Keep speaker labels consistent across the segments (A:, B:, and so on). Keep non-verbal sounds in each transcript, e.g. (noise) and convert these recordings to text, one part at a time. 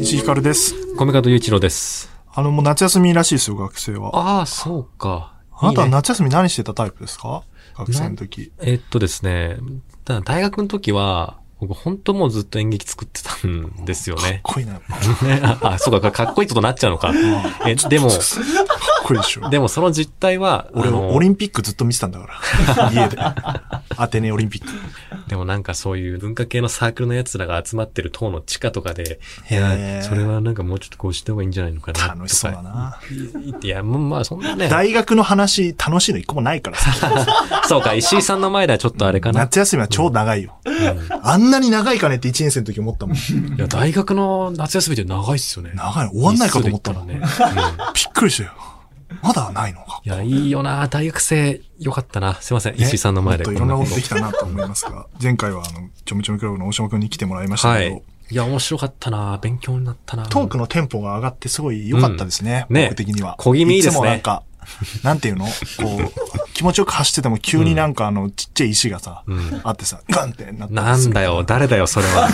A: 石井ひかるです。
B: 米門雄一郎です。
A: あの、もう夏休みらしいですよ、学生は。
B: ああ、そうか。
A: あなたはい
B: いね
A: 夏休み何してたタイプですか学生の時。
B: えっとですね、ただ大学の時は、僕本当もうずっと演劇作ってたんですよ
A: かっ
B: ね。
A: こいいな、やっぱかっ
B: ね (laughs) あ、そうか、かっこいいことなっちゃうのか。え、でも、
A: こいいでしょ。
B: でもその実態は、
A: 俺は
B: あの
A: オリンピックずっと見てたんだから。家で。アテネオリンピック。
B: でもなんかそういう文化系のサークルの奴らが集まってる塔の地下とかで、い
A: へー
B: や、それはなんかもうちょっとこうした方がいいんじゃないのかなとか。
A: 楽しそうだな。
B: いや、もうまあそんなね。
A: 大学の話、楽しいの一個もないからさ。
B: そうか、石井さんの前ではちょっとあれかな。
A: 夏休みは超長いよ。あんなに長いかねって1年生の時思ったもん。
B: いや、大学の夏休みって長いっすよね。
A: 長い。終わんないかと思った
B: ら
A: の。
B: ね
A: び。
B: うん
A: っくりしたよ。まだないのか。
B: いや、いいよな大学生、よかったな。すいません、石井さんの前で。
A: もっといろんなことできたなと思いますが、前回はあの、ちょめちょめクラブの大島くんに来てもらいました
B: は
A: けど、
B: い。いや、面白かったな勉強になったな
A: トークのテンポが上がってすごい良かったですね、
B: うんね
A: 僕的には。
B: 小気味いいですね
A: つもなんか、なんていうのこう、気持ちよく走ってても急になんかあの、ちっちゃい石がさ、
B: ん
A: あってさ、ガンってなって。
B: なんだよ、誰だよ、そ
A: (laughs)
B: れは。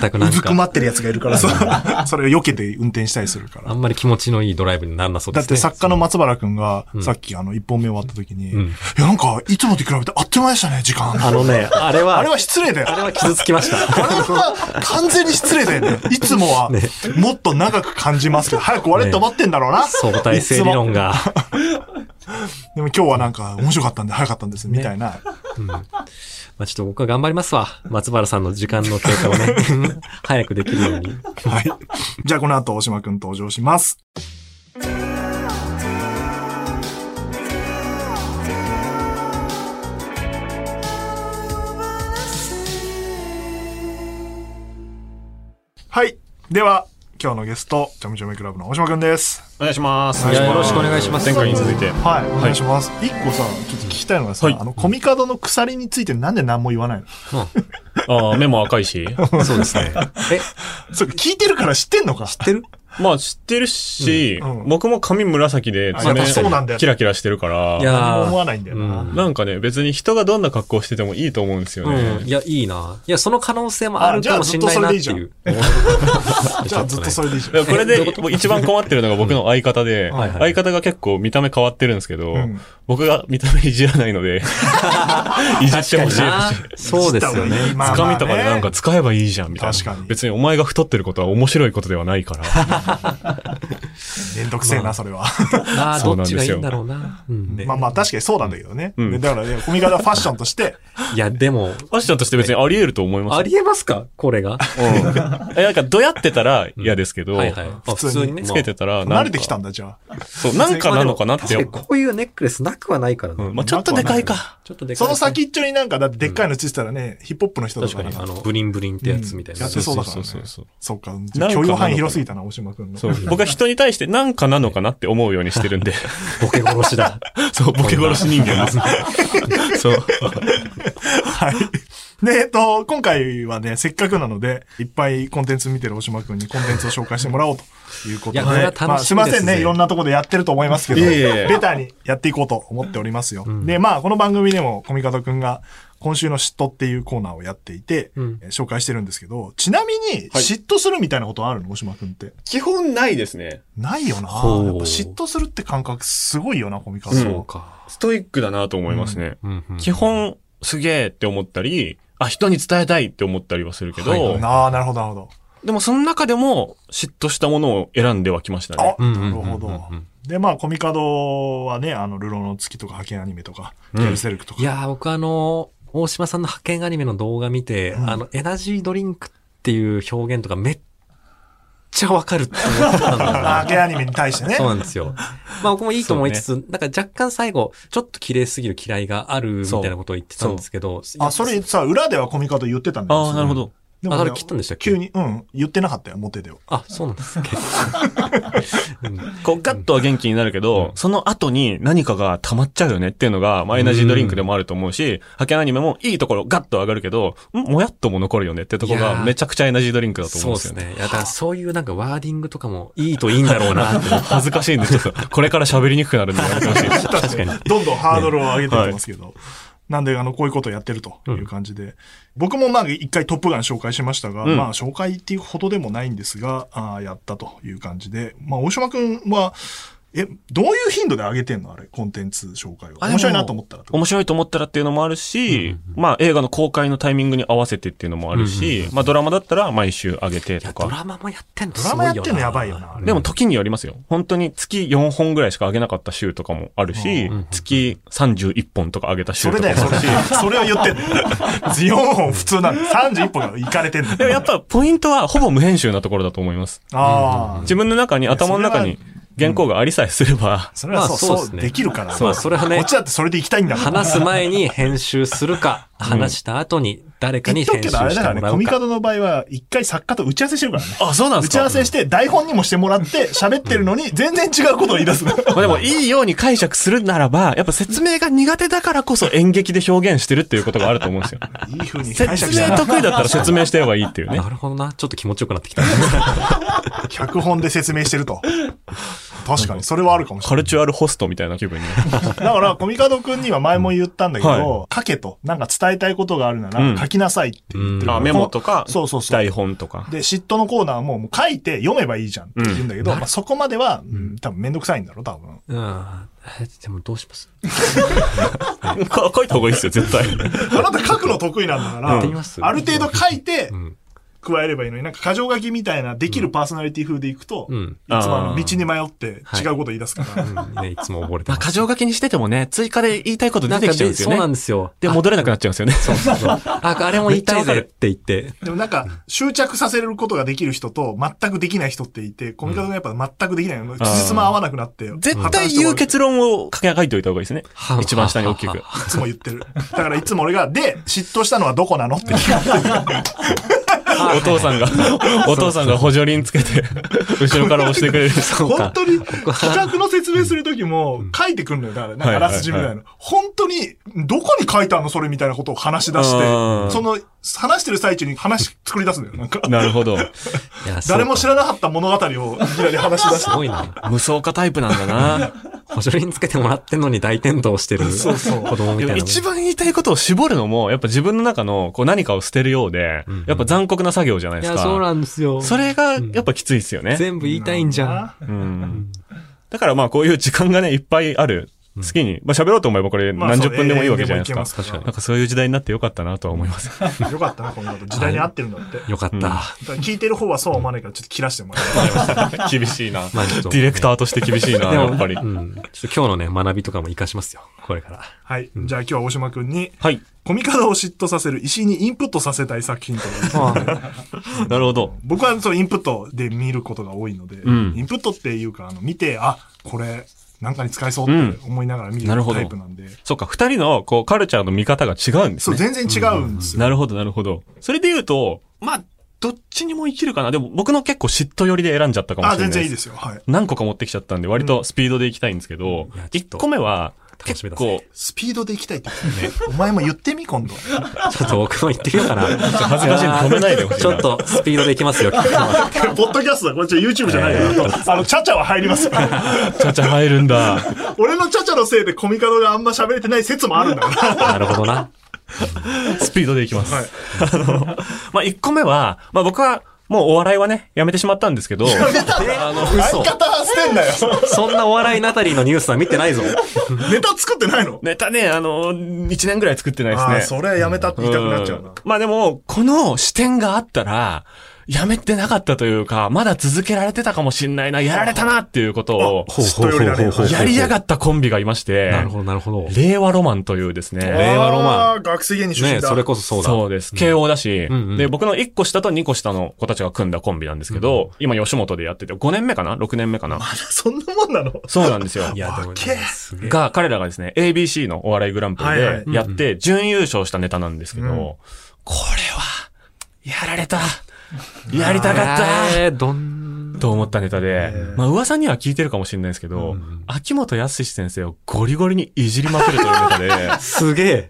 B: 全くな
A: うんずく
B: か、
A: まってるやつがいるから
B: (laughs)
A: さ、それを避けて運転したりするから
B: あ。んまり気持ちのいいドライブにならなそうで
A: だっ
B: すね。
A: て作家の松原くんが、
B: ん
A: さっきあの、一本目終わった時に、
B: うん
A: いや、なんか、いつもと比べてあっという間でしたね、時間。
B: あのね、あれは、
A: あれは失礼だよ
B: あ。れは傷つき
A: (laughs)
B: ました。
A: これは完全に失礼だよね。いつもは、もっと長く感じますけど、早く終われって思ってんだろうな。
B: 相対性理論が。
A: でも今日はなんか面白かったんで早かったんです、みたいな。
B: まあちょっと僕は頑張りますわ。松原さんの時間の経過を
A: (laughs)
B: ね、早くできるように。
A: はい。じゃあこの後、大島くん登場します。はい。では、今日のゲスト、ちょめちょめクラブの大島くんです。
C: お願いします。
A: お願いしますよろしくお
B: 願いします
C: 前回に続いて。
A: はい、お願いします。一、個さ、ちょっと聞きたいのがさ、
C: はい
A: あの、コミカドの鎖についてなんで何も言わないの (laughs)
C: ああ、目も赤いし。
B: そうですね。え、
A: それ聞いてるから知ってんのか
B: 知ってる
C: まあ知ってるし、
A: うんうん
C: 僕も髪紫で
A: あやっぱそうなんだよ
C: キラキラしてるから、
B: いや
A: 何も思わないんだよな。
B: うん
C: なんかね、別に人がどんな格好しててもいいと思うんですよね。
B: うん。いや、いいな。いや、その可能性もあるかもしれないなっていう。
A: じゃあずっとそれでいいじゃん。
C: だからこれでもう一番困ってるのが僕の相方
A: (laughs)
C: で、
B: はいはい
C: 相方が結構見た目変わってるんですけど、
A: ん
C: 僕が見た目いじらない
A: (laughs)
C: ので、いじってほしい。
B: (laughs) そうですよね。
A: まあまあ
C: つかみとかでなんか使えばいいじゃんみたいな。
A: 確かに
C: 別にお前が太ってることは面白いことではな
A: (laughs)
C: いから。
A: めんどくせえな、それは。
B: ああ、
C: そ
B: ど
C: うな
B: っ
C: ん
B: ち
C: で
B: がい
C: す
B: い
C: よ
B: んだろうな。うんね
A: まあまあ、確かにそうなんだけどね。
C: うん
A: でだからね、コミカドはファッションとして、
B: いや、でも、
C: ファッションとして別にあり得ると思いますよ
B: ありえますかこれが。
C: え、なんか、 (laughs) どやってたら嫌ですけど、
B: はいはい。あ
A: 普
B: 普
A: 通
B: 通
A: に
B: にね。
C: つけてたらなんか、
A: 慣れてきたんだ、じゃあ。
C: そう、なんかなのかなって。
B: まあでも確かにこういうネックレスなくはないから
C: うん
B: ね。
C: まあちょっとでかいか。
B: ちょっとでかい
A: その先っちょになんか、だってでっかいのついてたらね、ヒップホップの人と
B: 確
A: か
B: かに、
A: が
B: あの、ブリンブリンってやつみたいな。
A: やってそうだからね。
C: そうそうそうそう
A: そうか。
C: なのか
A: 許容範囲広すぎたな、大島くんの。
C: そう。僕は人に対してなんかなのかなって思うようにしてるんで。
B: ボケ殺しだ。
C: (laughs) そう、ボケ殺し人間です。 (laughs) そう。
A: はい。で、えっと、今回はね、せっかくなので、いっぱいコンテンツ見てる大島くんにコンテンツを紹介してもらおうということで。
B: いやこれは楽しみ
A: まあ、すいません
B: です
A: ね、
B: ね
A: いろんなとこでやってると思いますけど、
C: いえいえ
A: ベタにやっていこうと思っておりますよ。で、まあ、この番組でも、コミカドくんが、今週の嫉妬っていうコーナーをやっていて、
B: ん
A: えー紹介してるんですけど、ちなみに、嫉妬するみたいなことあるの大島くんって。
C: 基本ないですね。
A: ないよな。やっぱ
B: ほう
A: 嫉妬するって感覚すごいよな、コミカド。
C: うん
B: そうか。
C: ストイックだなと思いますね。
B: うんうん
C: 基本、すげえって思ったり、あ、人に伝えたいって思ったりはするけど、
B: はいはい
A: ああ、なるほど、なるほど。
C: でもその中でも、嫉妬したものを選んではきましたね
A: あ。、
B: うん
A: なるほ
B: うんうん
A: ど
B: うんうん。
A: で、まあ、コミカドはね、あの、ルローの月とか、派遣アニメとか、
C: うん
A: ゲルセルクとか。
B: いやー、僕あの、大島さんの派遣アニメの動画見て、あの、エナジードリンクっていう表現とかめっちゃわかるって思ったん
A: (laughs)
B: だよ
A: あ
B: な
A: 派遣アニメに対してね。
B: そうなんですよ。まあ僕もいいと思いつつ、なんか若干最後、ちょっと綺麗すぎる嫌いがあるみたいなことを言ってたんですけど。いや
A: あ、それさ、裏ではコミカド言ってたんだよ
C: ああ、なるほ。ど。
A: でね
B: あそれ切ったんでしたっ
A: (laughs)
B: け
A: 急に、うん、言ってなかったよ、表では。
B: あ、そうなんですっけ。うん
C: こう、ガッとは元気になるけど、その後に何かが溜まっちゃうよねっていうのが、まあ、エナジードリンクでもあると思うし、派遣アニメもいいところガッと上がるけど、んもやっとも残るよねってところ
B: いや
C: が
B: ー
C: めちゃくちゃエナジードリンクだと思
B: そううんで
C: で
B: すね。い
C: すよね。
B: や、だからそういうなんかワーディングとかもいいといいんだろうな
A: (laughs)
B: って。
C: 恥ずかしいんで、ちょっと、これから喋りにくくなるんでやめてほしいです。
B: 確かに。
A: どんどんハードルを上げていってますけど。なんで、あの、こういうことをやってるという感じで。僕もまあ、一回トップガン紹介しましたが、
C: うん
A: まあ、紹介っていうほどでもないんですが、あーやったという感じで。まあ、大島くんは、え、どういう頻度で上げてんのあれ、コンテンツ紹介を。
C: あでも
A: 面白いなと思ったらってこと。
C: 面白いと思ったらっていうのもあるし、まあ映画の公開のタイミングに合わせてっていうのもあるし、まあドラマだったら毎週上げてと
B: ド
C: か。
B: ラマもやってんの
A: ド
B: すごい
A: ラマ
B: よな。
A: やってんのやばいよな。あれ
C: でも時によりますよ。本当に月4本ぐらいしか上げなかった週とかもあるし、月31本とか上げた
A: そ
C: 週と
A: れ
C: かも
A: だよ、
C: あ
A: そ
C: る
A: れそ
C: し。。
A: れを言ってんの。4本普通なの。31本がいかれてんの。
C: でもやっぱポイントはほぼ無編集なところだと思います。
A: ああ。
C: 自分の中に、頭の中に原稿がありさえすれば、
A: それはそう、
B: ま
A: そ
B: あそうで
A: う
B: すね
A: できるから。
B: そうそれはね
A: こっちだってそれで行きたいんだから。
B: 話す前に編集するか、話した後に誰か
A: 言
B: に
A: っとく
B: 編集
A: け
B: して
A: ど、あれだ
B: も
A: かららね、
B: うか。
A: コミカドの場合は、一回作家と打ち合わせしてるからね。
C: あ、そうなんで
A: 打
C: す
A: ち
C: か
A: 合わせして、台本にもしてもらって、喋ってるのに、全然違うことを言い出すの。
C: まあでも、いいように解釈するならば、やっぱ説明が苦手だからこそ演劇で表現してるっていうことがあると思うん (laughs) ですよ。
A: いい風に解
C: 説
A: 釈した
C: 明
A: な。
C: 得意だったら説明してればいいっていう (laughs) ね。
B: なるほどな。ちょっと気持ちよくなって
A: (laughs)
B: きた。
A: 脚本で説明してると。確かに、それはあるかもし
C: カ
A: れな
C: ルチュアルホストみたいな気 (laughs) 分になる。
A: い。だから、コミカドくんには前も言ったんだけ
C: は
A: ど、書けと、なんか伝えたいことがあるな
C: う
A: ら、
C: ん
A: 書きなさいって言ってる。
C: あメモとか、
A: そうそうそう
C: 台本とか。
A: で、嫉妬のコーナーももう書いて読めばいいじゃんって言うんだけど、まあ、そこまでは、うん多分めんどくさいんだろう、多分。
B: うん。えでもどうします
C: (laughs) か書いた方がいいですよ、絶 (laughs) 対。
A: あなた書くの得意なんだから、
B: やってみます
A: ある程度書いて
B: ん、
A: 加えればいいのに、なんか過剰書きみたいなできるパーソナリティ風でいくと、
B: う
A: い
B: ん。
A: つもあの
C: あー
A: 道に迷って違うこと言い出すから、
B: うんね、いつも溺れてます。
C: 剰書きにしててもね、追加で言いたいこと
B: なんかで、そうなんですよ。
C: で、戻れなくなっちゃうんですよね。
B: そうそうあ、あれも言いたいぜって言って。
A: でもなんか執着させることができる人と全くできない人っていて、コミカドがやっぱ全くできないの、つじつま合わなくなって、
C: (laughs) 絶対言う結論を書き書いておいた方がいいですね
B: は。あ
C: 一番下に大きく。
A: いつも言ってる。だからいつも俺が、で、嫉妬したのはどこなのって聞かれてる
C: お父さんが、お父さんが補助輪つけて、後ろから押してくれる。
A: 本当に企画の説明するときも書いてくんのよ、だから、なんかあらすじみたいな。
C: はい
A: 本当に、どこに書いてあんのそれみたいなことを話し出して
C: あー、
A: その、話してる最中に話作り出すのよ、なんか。
C: なるほど。
B: いやそう
A: 誰も知らなかった物語をいきなり話し出し
B: すごいな。
C: 無双化タイプなんだな。
B: 補助輪つけてもらってんのに大転倒してる
A: そうそう
B: 子供みたいなもん。
C: 一番言いたいことを絞るのも、やっぱ自分の中のこう何かを捨てるようで、やっぱ残酷な作業じゃない
B: い
C: です
B: や、
C: か。
B: そうなんですよ。
C: それがやっぱきついですよね。
B: 全部言いたいんじゃん。
A: ん。
C: うん。だからまあこういう時間がね、いっぱいある。好きに。まあ喋ろうと思えばこれ
A: まあ
C: 何十分でもいいわけじゃないです
A: そう永遠でもいけま
C: か。
A: すから
C: なんかそういう時代になってよかったなとは思います。
A: よかったな、このこと。時代に合ってるんだって。だ
B: よかった。
A: から聞いてる方はそうは思わないから、ちょっと切らしてもらう。
C: 厳しいな。 (laughs) デ
B: まあちょっと
C: ィレクターとして厳しい
B: (laughs)
C: な、
B: でも
C: やっぱり。
B: うん。ちょっと今日のね、学びとかも活かしますよ。これから。
A: はい。じゃあ今日は大島くんに、
C: はい。
A: コミカドを嫉妬させる石井にインプットさせたい作品という
C: なるほど。
A: 僕はそのインプットで見ることが多いので、
C: ん
A: インプットっていうか、あの、見て、あ、これ、なんかに使えそうって思いながら見る
C: なるほど
A: タイプなんで、
C: そっか、二人のこうカルチャーの見方が違うんです
A: そう、
C: ね。
A: 全然違うんですよ。
C: なるほど、なるほど。それで言うと、まあ、どっちにも生きるかな。でも僕の結構嫉妬寄りで選んじゃったかもし
A: あ、
C: れな
A: 全
C: いです。
A: 然いいですよ。はい。
C: 何個か持ってきちゃったんで、割とスピードでいきたいんですけど
B: いや、ちょっ
C: 一
B: と
C: 個目は、
B: 楽し
C: 結
B: みだぜ
C: 構、
A: スピードで行きたいって言ってたね。お前も言ってみ、今度。
B: ちょっと僕も言ってみよう
C: (laughs)
B: かな。恥
C: ずかしいんで止めないでほしいな
B: ちょっとスピードでいきますよ。
C: (laughs)
B: 今日
A: (laughs)
B: は
A: ポッドキャストだ。これちょ YouTube じゃないよ。あの、チャチャは入り (laughs) ますよ。
C: ちゃちゃ入るんだ。
A: (laughs) 俺のチャチャのせいでコミカドがあんま喋れてない説もあるんだから。
B: なるほどな。
C: スピードでいきます。
A: はい
C: あの、 (laughs) まあ、1個目は、まあ、僕は、もうお笑いはね、やめてしまったんですけど、あの、
A: 相方は捨てんなよ。
B: そんなお笑いナタリーのニュースは見てないぞ。
A: ネタ作ってないの
C: ネタね、あの、1年ぐらい作ってないです
A: あ
C: ね。
A: あ、それはやめたって言いたくなっちゃうな。
C: まあでも、この視点があったら、やめてなかったというか、まだ続けられてたかもしんないな、やられたなっていうことを、
A: う嫉妬よりだね
C: やりやがったコンビがいまして、
B: なるほど、なるほど。
C: 令和ロマンというですね、
B: 令和ロマン
A: ン。学生芸人出
B: ね
A: 身だ。
B: それこそそうだ。
C: そうです。慶応だし、
B: んうん
C: で、僕の1個下と2個下の子たちが組んだコンビなんですけど、今吉本でやってて、5年目かな ?6 年目かな
A: (laughs) そんなもんなの
C: そうなんですよ。
B: いや、でも、ね、すげえ。
C: が、彼らがですね、ABC のお笑いグランプリ
A: はいは
C: で
A: い
C: やって、準優勝したネタなんですけど、
A: うん
C: これは、やられた。やりたかっ
B: えー
C: た。
B: どん
C: と思ったネタで
A: うん、
C: まあ噂には聞いてるかもしれないですけど、
B: うん
C: 秋元康先生をゴリゴリにいじりまくるというネタ
A: (laughs)
C: で、
B: すげえ。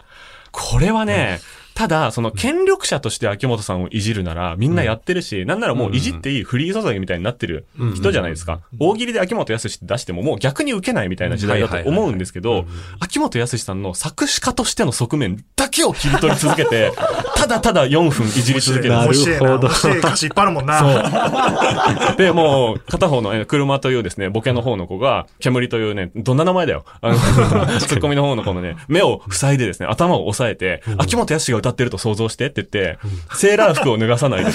C: これはね、ただ、その権力者として秋元さんをいじるなら、みんなやってるし、なんならもういじっていいフリー素材みたいになってる人じゃないですか。大喜利で秋元康って出してももう逆に受けないみたいな時代だと思うんですけ
B: はいは
C: ど
B: いはい、
C: 秋元康さんの作詞家としての側面だけを切り取り続けて、 (laughs) ただただ4分いじり続ける。
A: 面白いな。
B: なるほど
A: 面白い歌詞いっぱいあるもんな。そう。
C: (laughs) で、もう、片方の、え車というですね、ボケの方の子が、煙というね、どんな名前だよ。 (laughs) あの、ツッコミの方の子のね、目を塞いでですね、頭を押さえて、秋元康が歌ってると想像してって言って、セーラー服を脱がさ (laughs) ないで。 (laughs)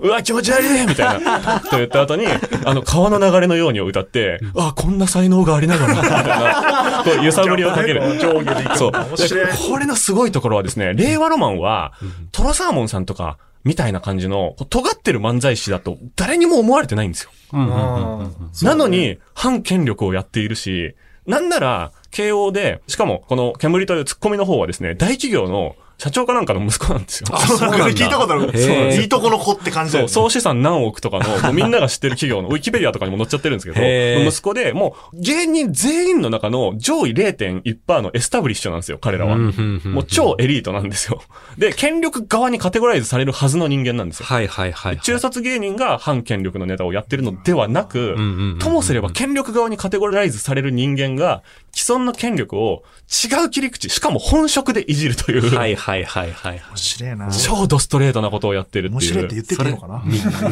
C: うわ、気持ち悪いみたいな。と言った後に、あの、川の流れのようにを歌って、あ、こんな才能がありながら、みたいな、こう、揺さぶりをか (laughs) ける。
A: 上下でいく。
C: そう。で
A: 面白い。
C: これのすごいところはですね、令和ロマンは、トロサーモンさんとか、みたいな感じの、こう尖ってる漫才師だと、誰にも思われてないんですよ。
B: うんうん
A: うん
C: なのに、反権力をやっているし、なんなら、慶応で、しかも、この煙というツッコミの方はですね、大企業の社長かなんかの息子なんですよ。
A: そうなんだ聞いたことある。
B: へー
A: いいとこの子って感じだ
C: そ
A: よ
C: う、
A: ね。
C: 総資産何億とかの、こうみんなが知ってる
B: (laughs)
C: 企業の、ウィキペディアとかにも載っちゃってるんですけ
B: へ
C: ど、
B: ー
C: 息子で、もう、芸人全員の中の上位0.1%のエスタブリッシュなんですよ、彼らは。
B: うんうんうん
C: もう超エリートなんですよ。で、権力側にカテゴライズされるはずの人間なんですよ。
B: はいはいはいはい。
C: 中卒芸人が反権力のネタをやってるのではなく
B: うんうんうん、
C: ともすれば権力側にカテゴライズされる人間が、既存の権力を違う切り口、しかも本職でいじるという、
B: はいはいはいはい。
A: 面白いな。
C: 超ドストレートなことをやってるっていう。
A: 面白いって言ってていいのか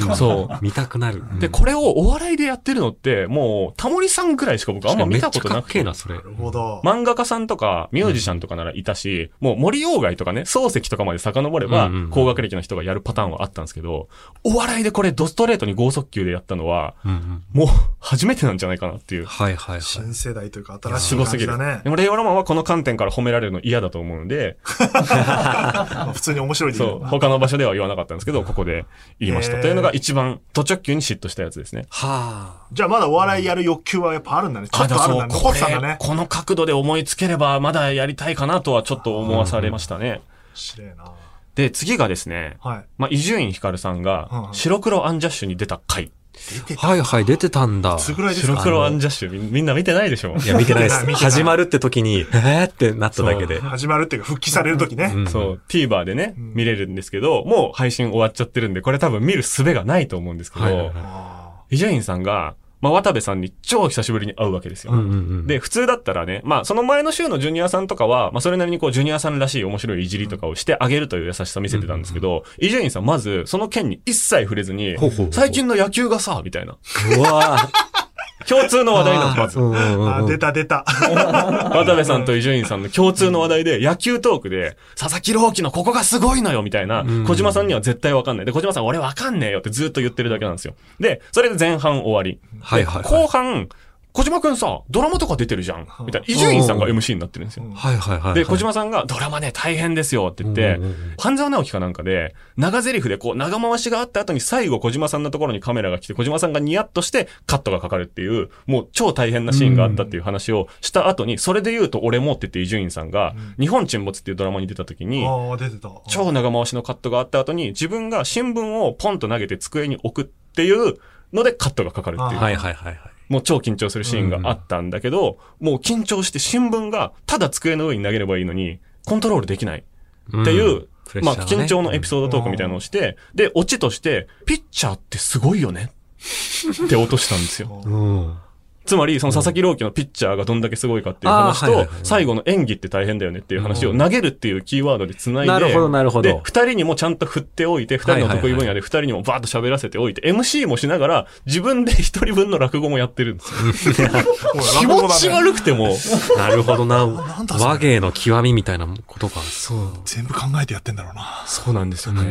A: な
C: そう。
B: 見たくなる。
C: で、これをお笑いでやってるのって、もう、タモリさんぐらいしか僕あんま見たこと
B: めっちゃ
C: な
B: かっ
C: く
B: けえ
C: て。
B: な、それ。
A: なるほど。
C: 漫画家さんとか、ミュージシャンとかならいたし、もう森鴎外とかね、漱石とかまで遡れば
B: うんうん、
C: 高学歴の人がやるパターンはあったんですけど、お笑いでこれドストレートに剛速球でやったのは、
B: うんうん
C: もう、初めてなんじゃないかなっていう。
B: はいはいはい。
A: 新世代というか新し
C: す
A: い
C: ご
A: 感
C: す
A: じ
C: ぎ
A: だ
C: る。
A: ね
C: で。も、令和ロマンはこの観点から褒められるの嫌だと思うんで、
A: まあ普通に面白いでいい
C: そ
A: よ
C: う、
A: な
C: 他の場所では言わなかったんですけど、ここで言いまし
A: へ
C: た。
A: ー
C: というのが一番、ド直球に嫉妬したやつですね。
B: はあ。
A: じゃあまだお笑いやる欲求はやっぱあるんだね。ちょっとあるんだね。
C: そう
A: 残ってたんだね。
C: この角度で思いつければ、まだやりたいかなとはちょっと思わされましたね。
A: 面白いな。
C: で、次がですね、
A: はい。
C: まあ、伊集院光さん
A: うんう
C: が
A: ん、
C: 白黒アンジャッシュに出た回。
A: 出てた。
B: はいはい、出てたんだ。
A: つぐらいです
C: 白
A: か
C: 黒アンジャッシュ、みみんな見てないでしょ
B: いや、見てない
A: 見て
B: で
C: (laughs)
B: す。
A: ない
B: 始まるって時に、えーってなっただけで。
A: 始まるっていうか、復帰されるときね。
B: うん
C: そう、TVer でね、
A: ん
C: 見れるんですけど、もう配信終わっちゃってるんで、これ多分見る術がないと思うんですけ
B: はいはい
C: ど
B: は、
A: あ
C: 伊集院さんが、まあ、渡部さんに超久しぶりに会うわけですよ。
B: うんうんうん
C: で、普通だったらね、まあ、その前の週のジュニアさんとかは、まあ、それなりにこう、ジュニアさんらしい面白いいじりとかをしてあげるという優しさを見せてたんですけど、伊集院さん、まず、その件に一切触れずに
B: ほうほうほ、う
C: 最近の野球がさ、みたいな。
B: うわぁ。
C: 共通の話題なんです、まず。
A: ーあー、出
B: ず。
A: た出た。
C: 渡部さんと伊集院さんの共通の話題で、野球トークで、佐々木朗希のここがすごいのよみたいな
B: うん、
C: 小島さんには絶対わかんない。で、小島さん俺わかんねえよってずっと言ってるだけなんですよ。で、それで前半終わり。
B: はいはいはい
C: 後半、小島くんさ、ドラマとか出てるじゃん。みたいな。伊集院さんが MC になってるんですよ。
B: はいはいはい。
C: で、小島さんが、ドラマね、大変ですよって言って
B: うんうんうん、
C: 半沢直樹かなんかで、長台詞でこう、長回しがあった後に最後小島さんのところにカメラが来て、小島さんがニヤッとして、カットがかかるっていう、もう超大変なシーンがあったっていう話をした後に、それで言うと俺もって言って伊集院さんが、日本沈没っていうドラマに出た時に、
A: ああ、出てた。
C: 超長回しのカットがあった後に、自分が新聞をポンと投げて机に置くっていうのでカットがかかるっていう。
B: はいはいはいはい。
C: もう超緊張するシーンがあったんだけど、もう緊張して新聞がただ机の上に投げればいいのに、コントロールできないっていう、
B: プレッシ
C: まあ
B: ャーがね
C: 緊張のエピソードトークみたいなのをして、で、オチとして、ピッチャーってすごいよねって落としたんですよ。
B: うん。
C: つまり、その佐々木朗希のピッチャーがどんだけすごいかっていう話
B: あーはい
C: と
B: はいはい、
C: 最後の演技って大変だよねっていう話を投げるっていうキーワードで繋いで、
B: なるほどなるほど
C: で、二人にもちゃんと振っておいて、二人の得意分野で二人にもバーッと喋らせておいて、MC もしながら、自分で一人分の落語もやってるんですよ。気持ち
A: い。
C: 悪くても、
B: なるほどな。
A: んだそれ
B: 和芸の極みみたいなことか。そう。
A: 全部考えてやってんだろうな。
C: そうなんですよね。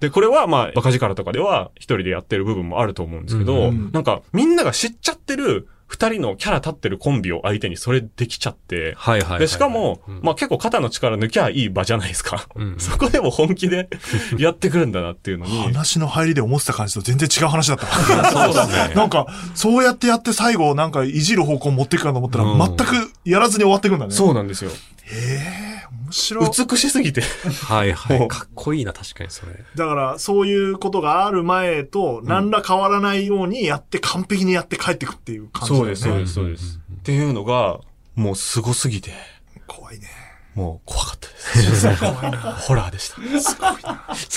C: で、これはまあ、バカ力とかでは一人でやってる部分もあると思うんですけど、
A: うん
C: なんかみんなが知っちゃってる二人のキャラ立ってるコンビを相手にそれできちゃって、
B: はいはいはい。
C: で、しかも、
B: うん
C: まあ結構肩の力抜きゃいい場じゃないですか。
B: うん
C: そこでも本気で (laughs) やってくるんだなっていうのに。
A: 話の入りで思ってた感じと全然違う話だった。
C: そうです
A: (laughs)
C: ね。
A: なんか、そうやってやって最後、なんかいじる方向持っていくかと思ったら、
B: うん
A: 全くやらずに終わっていくんだね。
C: そうなんですよ。
A: へえ、面むしろ、
C: 美しすぎて。
B: はいは
C: ほ
B: い。
C: う
B: かっこいいな、確かにそれ。
A: だから、そういうことがある前と、何ら変わらないようにやって、完璧にやって帰ってくっていう感じだよね。
C: そうですそうです。っていうのが、もうすごすぎて、
A: 怖いね。
C: もう怖かったです。 (laughs) ホラーでした。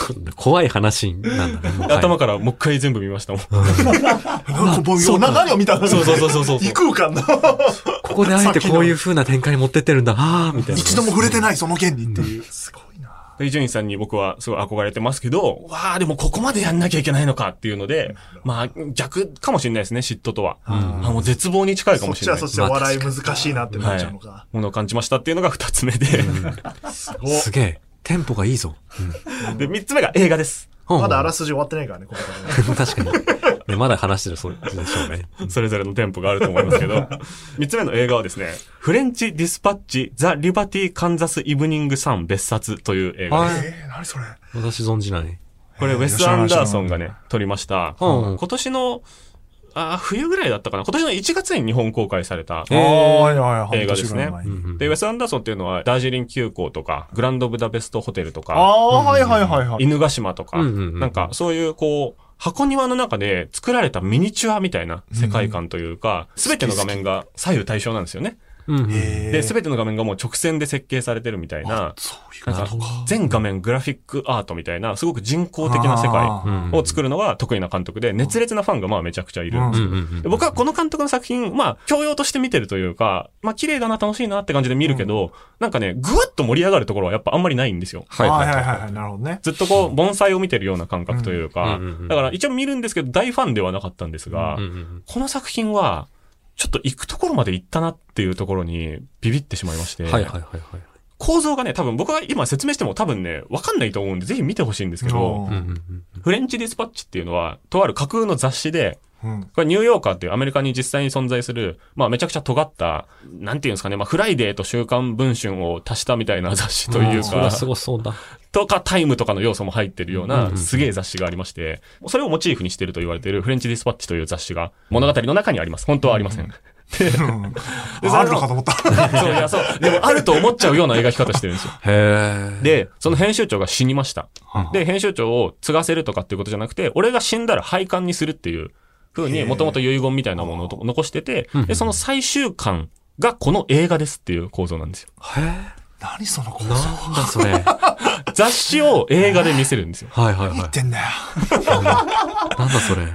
B: そんな怖い話なんだね。もう
C: 頭からもう一回全部見ましたもん。
A: なんか、僕、
C: そうか
A: 何を見たんだ
C: そうそうそうそうそう
A: 異空間の。
B: ここであえてこういう風な展開に持ってってるんだ、あー、みたいな。
A: 一度も触れてない、その件にっていう。すごいな。
C: 伊集院さんに僕はすごい憧れてますけど、わあでもここまでやんなきゃいけないのかっていうので、まあ逆かもしれないですね、嫉妬とは。あもう絶望に近いか
A: そ
C: も
A: っ
C: し
A: ち
C: れ
A: は
C: ない
A: そっ。ちでお笑い難しいなってなっちゃうの
C: は
A: か。
C: いものを感じましたっていうのが二つ目で、
B: すげえ。テンポがいいぞ。
C: で、三つ目が映画です。
B: うん
A: まだあらすじ終わってないからね、これからね
B: 確かに。ねまだ話してる、そうでしょうね。
C: それぞれのテンポがあると思いますけど、三つ目の映画はですね、フレンチ・ディスパッチ・ザ・リバティ・カンザス・イブニング・サン別冊という映画です。
B: はい。
A: えー、何それ
B: 私存じない。
C: これ、ウェス・アンダーソンがね、撮りました。
B: うん
C: 今年の、あー冬ぐらいだったかな。今年の1月に日本公開された。
B: えー
A: あーいやいや
C: 映画ですね
A: 半年ぐらい前
B: う
A: に
B: んうん
C: で、ウェス・アンダーソンっていうのは、ダージリン急行とか、グランド・ブダペスト・ホテルと
A: あ
C: か、
A: あ、はいはいはいはい。
C: 犬ヶ島とか、
B: うんうんうん
C: なんかそういう、こう、箱庭の中で作られたミニチュアみたいな世界観というか、すべ、ての画面が左右対称なんですよね。
B: うんうん。
A: へー
C: で、すべての画面がもう直線で設計されてるみたいな、
A: そういう
C: なん
B: な
C: か
B: るほど、
C: 全画面グラフィックアートみたいな、すごく人工的な世界
B: うん
C: を作るのが得意な監督で、熱烈なファンがまあめちゃくちゃいる。
A: うん
B: うんうんうん
C: で僕はこの監督の作品、まあ、教養として見てるというか、まあ、綺麗だな、楽しいなって感じで見るけど、なんかね、ぐわっと盛り上がるところはやっぱあんまりないんですよ。
A: は
B: はいい
A: はい
B: はい
A: は
B: はいい。
A: はい。なるほどね。
C: ずっとこう、盆栽を見てるような感覚というか、
B: うんうんうんうん
C: だから一応見るんですけど、大ファンではなかったんですが、
B: うんうん
C: この作品は、ちょっと行くところまで行ったなっていうところにビビってしまいまして、
B: うんはいはいはいはい。
C: 構造がね、多分僕が今説明しても多分ね、わかんないと思うんで、ぜひ見てほしいんですけど、
B: うんうんうん
C: フレンチディスパッチっていうのは、とある架空の雑誌で、
A: うん。
C: これニューヨーカーっていうアメリカに実際に存在する、まあめちゃくちゃ尖った、なんていうんですかね、まあフライデーと週刊文春を足したみたいな雑誌という
B: それは
C: か、
B: すごそうだ。
C: とかタイムとかの要素も入ってるよう
B: うんうんう
C: なんすげえ雑誌がありまして、それをモチーフにしてると言われているフレンチディスパッチという雑誌が物語の中にあります。本当はあり
B: (laughs)
C: ません。
A: (laughs) あるのかと思った。
C: そういや、そう。でもあると思っちゃうような描き方してるんですよ。
B: へー。
C: で、その編集長が死にました。
A: は
C: で、編集長を継がせるとかっていうことじゃなくて、俺が死んだら廃刊にするっていう風
A: へ
C: に、
A: ー
C: もともと遺言みたいなものを残してて
B: うんう、ん
C: で、その最終巻がこの映画ですっていう構造なんですよ。
B: へー。
A: 何その構造
B: なんだそれ。は
C: 雑誌を映画で見せるんですよ。
B: いはいはい。
A: 言ってんだよ。
B: なんだそれ。
C: (laughs)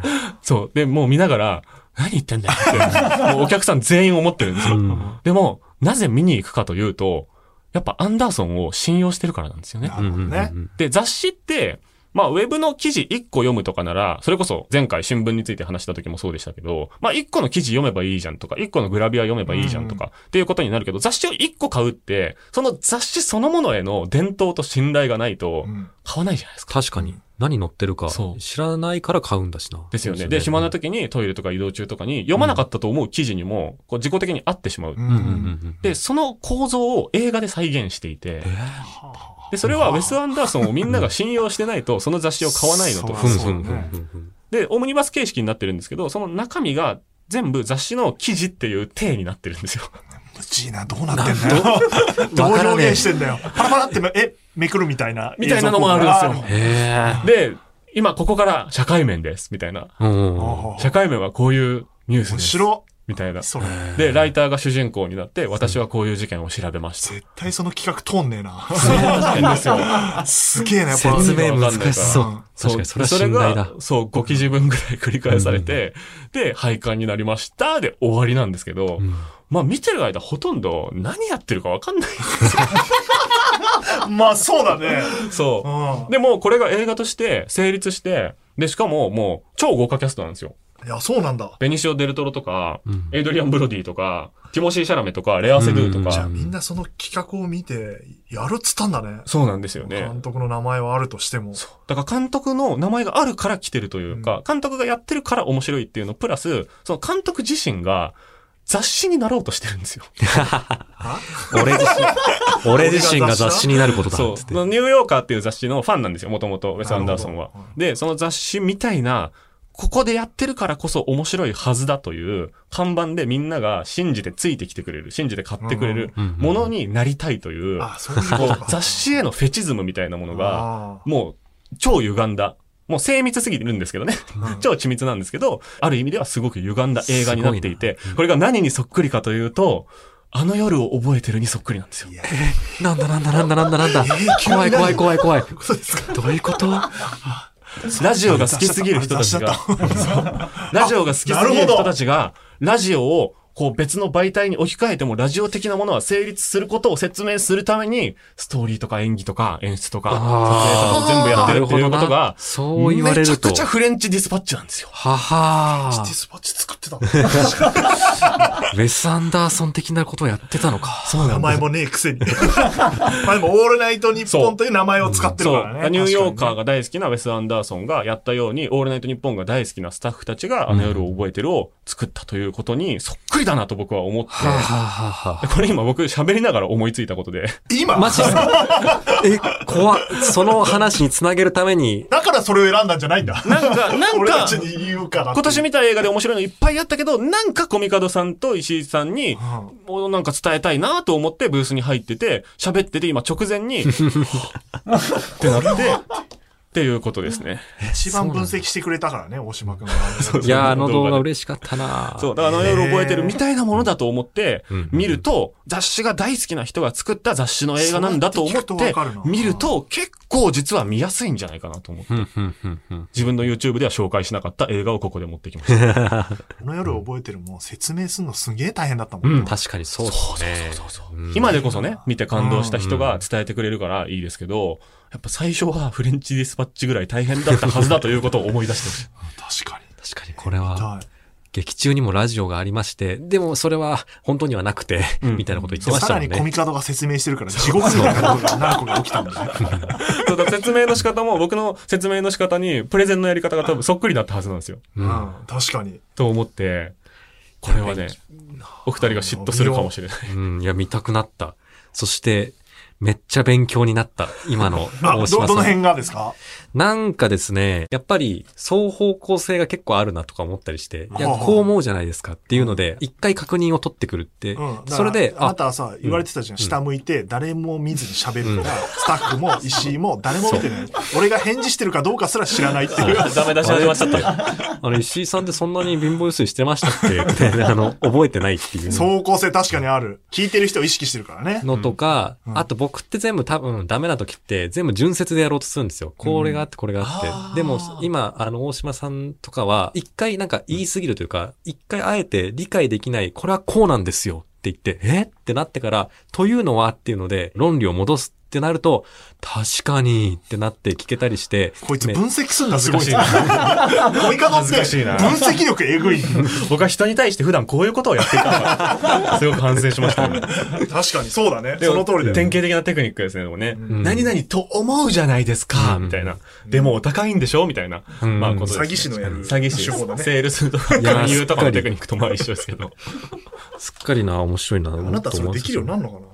C: そう。で、もう見ながら、何言ってんだよ (laughs) って、もうお客さん全員思ってるんですよ。
B: うん
C: でも、なぜ見に行くかというと、やっぱアンダーソンを信用してるからなんですよね。
A: なるほどね。
C: で、雑誌って、まあ、ウェブの記事1個読むとかなら、それこそ前回新聞について話した時もそうでしたけど、まあ、1個の記事読めばいいじゃんとか、1個のグラビア読めばいいじゃんとか、っていうことになるけど、雑誌を1個買うって、その雑誌そのものへの伝統と信頼がないと
A: う、ん
C: 買わないじゃないですか。
B: 確かに。何乗ってるか
C: そう
B: 知らないから買うんだしな。
C: ですよね。で、暇な時にトイレとか移動中とかに読まなかったと思う記事にも、こう、自己的に合ってしまう
A: う。
B: うんうんうん
A: ん。
B: うん。
C: で、その構造を映画で再現していて、
A: は
C: で、それはウェス・アンダーソンをみんなが信用してないと、その雑誌を買わないのと
A: あ
B: ふん
A: そう
B: ふんふんふんふん。
C: で、オムニバス形式になってるんですけど、その中身が全部雑誌の記事っていう体になってるんですよ。
A: あ無知な、どうなってんだよ。 (laughs) どう
B: わからね
A: 表
B: え
A: 現してんだよ。パラパラってめ、え、めくるみたいな。
C: みたいなのもあるんです
A: 映像効
C: よ
A: 果が
B: へえ。
C: で、今ここから社会面です、みたいな。
B: うん。
A: あるのああ
C: 社会面はこういうニュース
A: 面
C: です、
A: 白
C: みたいな。
A: それ。
C: で、ライターが主人公になって、私はこういう事件を調べました。
A: 絶対その企画通んねえな。
C: そうな
B: (laughs)
C: んですよ。
A: すげえな、やっぱ。
B: 説明難しそう
A: うん。
B: 確かにそれは信頼だ
C: それ。がそう、5記事分ぐらい繰り返されて、で、廃刊になりました、で終わりなんですけど、
B: うん
C: まあ見てる間ほとんど何やってるかわかんない。 (laughs)
A: まあ、そうだね。
C: そうう。
A: ん。
C: でも、これが映画として成立して、で、しかももう、超豪華キャストなんですよ。
A: いや、そうなんだ。
C: ベニシオ・デルトロとか、
B: うん
C: エイドリアン・ブロディとか、ティモシー・シャラメとか、レア・セドゥと
B: うん
A: じゃあ
C: か、
A: みんなその企画を見て、やるっつったんだね。
C: そうなんですよね。
A: 監督の名前はあるとしても。
C: だから監督の名前があるから来てるというか、監督がやってるから面白いっていうの、プラス、その監督自身が雑誌になろうとしてるんですよ。
B: 俺自身、俺自身が雑誌になることだ。
C: そう。
B: つって
C: ニューヨーカーっていう雑誌のファンなんですよ、もともと、ウェス・アンダーソン
A: な
C: は
A: るほど。
C: で、その雑誌みたいな、ここでやってるからこそ面白いはずだという看板でみんなが信じてついてきてくれる、信じて買ってくれる
B: うんうん
C: ものになりたいという、
A: あ、そういう
C: こ
A: こと
C: う
A: か。
C: (laughs) 雑誌へのフェチズムみたいなものが、
A: あ
C: もう超歪んだ。もう精密すぎるんですけどね。
A: ー、
C: 超緻密なんですけど、ある意味ではすごく歪んだ映画になっていて、これが何にそっくりかというと、あの夜を覚えてるにそっくりなんですよ。
A: いや
B: なんだなんだなんだなんだなんだ。 (laughs)
A: 急に
B: 怖い怖い怖い怖い。
A: そうですか。
B: どういうこと
C: ラジオが好きすぎる人たちが、ラジオが好きすぎる人たちが、ラジオをこう別の媒体に置き換えてもラジオ的なものは成立することを説明するために、ストーリーとか演技とか演出とか、撮影とかを全部やってるっていうことが、
B: そう言われ
C: めちゃ
B: ると
C: くち。ゃフレンチディスパッチなんですよ。
B: はは
A: ディスパッチ作ってたの
B: ウェス・アンダーソン的なことをやってたのか。
C: そう
A: 名前もねえくせに。 (laughs) まあでも、オールナイトニッポンという名前を使ってる
C: そ
A: から
C: う
A: ね。
C: ニューヨーカー
A: ー
C: が大好きなウェス・アンダーソンがやったように、オールナイトニッポンが大好きなスタッフたちが、あの夜を覚えてるを作ったということに、そっくりだなと僕は思って、
B: はははは
C: これ今僕喋りながら思いついたことで、
A: 今
B: マジっすかえ、怖っその話につなげるために、
A: だからそれを選んだんじゃないんだ。
C: な
A: (laughs)
C: んか、なん
A: 俺た
C: か
A: ち、に言うからって。
C: 今年見た映画で面白いのいっぱいあったけど、なんかコミカドさんと石井さんに、もうなんか伝えたいなと思ってブースに入ってて、喋ってて今直
B: (laughs)
C: 前に、ってなって、っていうことですね。
A: 一番分析してくれたからね、大島君が。
B: いや、あの動画嬉しかったな
C: そう、だからあの夜覚えてるみたいなものだと思って
B: ん、
C: 見ると、雑誌が大好きな人が作った雑誌の映画なんだと思っ
A: そうやって聞
C: て
A: くとわかるな、
C: 見ると結構実は見やすいんじゃないかなと思って。
B: ふんふんふんふん。
C: 自分の YouTube では紹介しなかった映画をここで持ってきました。
A: あの夜覚えてるもん説明するのすげえ大変だったもんね。
B: 確かにそうですね。
C: そうそうそう今でこそね、見て感動した人が伝えてくれるからいいですけど、やっぱ最初はフレンチディスパッチぐらい大変だったはずだということを思い出してほしい。
A: 確かに。
B: 確かにこれは、
A: は
B: 劇中にもラジオがありまして、でもそれは本当にはなくて、みたいなこと言って
A: い。
B: まし
A: さ
B: た
A: ら
B: も
A: に
B: ん
A: コミ
B: ね。
A: カドが説明してるから、地獄みたいなことが何個が起きたんだね。
C: (laughs) そうだから説明の仕方も、僕の説明の仕方に、プレゼンのやり方が多分そっくりだったはずなんですよ。
A: うん、確かに。
C: と思って、これはね、お二人が嫉妬するかもしれない。
B: うん、いや、見たくなった。そして、めっちゃ勉強になった。今の
A: (laughs) あ、
B: 大
A: ど、
B: 島
A: どの
B: さん。
A: 辺がですか
B: なんかですね、やっぱり双方向性が結構あるなとか思ったりして、いや、
A: はあはあ
B: こう思うじゃないですかっていうので、一回確認を取ってくるって
A: うん、だ、から
B: それで、
A: あな
B: あ、
A: たはさ、言われてたじゃん。下向いて、誰も見ずに喋るから、スタッフも石井も誰も見てない。俺が返事してるかどうかすら知らないっていう。
C: (laughs) ダメ出し始まっちゃった。
B: あの、石井さんってそんなに貧乏ゆすりしてましたっけみたいな、あの、覚えてない
A: (laughs)
B: っていう。
A: 方向性確かにある。聞いてる人を意識してるからね。
B: のとか、あと僕って全部多分ダメな時って全部純説でやろうとするんですよ。これがあってこれがあって。でも今、あの、大島さんとかは、一回なんか言い過ぎるというか、一回あえて理解できない、これはこうなんですよって言って、えってなってから、というのはっていうので、論理を戻すってなると、確かにってなって聞けたりして、
A: こいつ
B: め
A: 分析すんだすごい
C: 恥ず
A: な。 (laughs) コミカドって分
C: 恥ずかしいな
A: 析力えぐい。
C: (laughs) 僕は人に対して普段こういうことをやっていた (laughs) から、すごく反省しました、ね。
A: 確かにそうだね。
C: で
A: そ
C: も
A: の通りだよ
C: 典型的なテクニックですね、でもね。
B: ん
C: 何々と思うじゃないですか、
B: うん
C: みたいな。でもお高いんでしょみたいな。
B: うん
C: まあ、ことですね
A: 詐欺師のやる
C: 詐欺師
A: 手法だね
C: セールスとか
B: いや
C: 勧誘とか
B: すっか
C: の
B: り
C: テクニックとまあ一緒ですけど。
B: すっかりな、面白いな、あ
A: あなたそれできるようになるのかない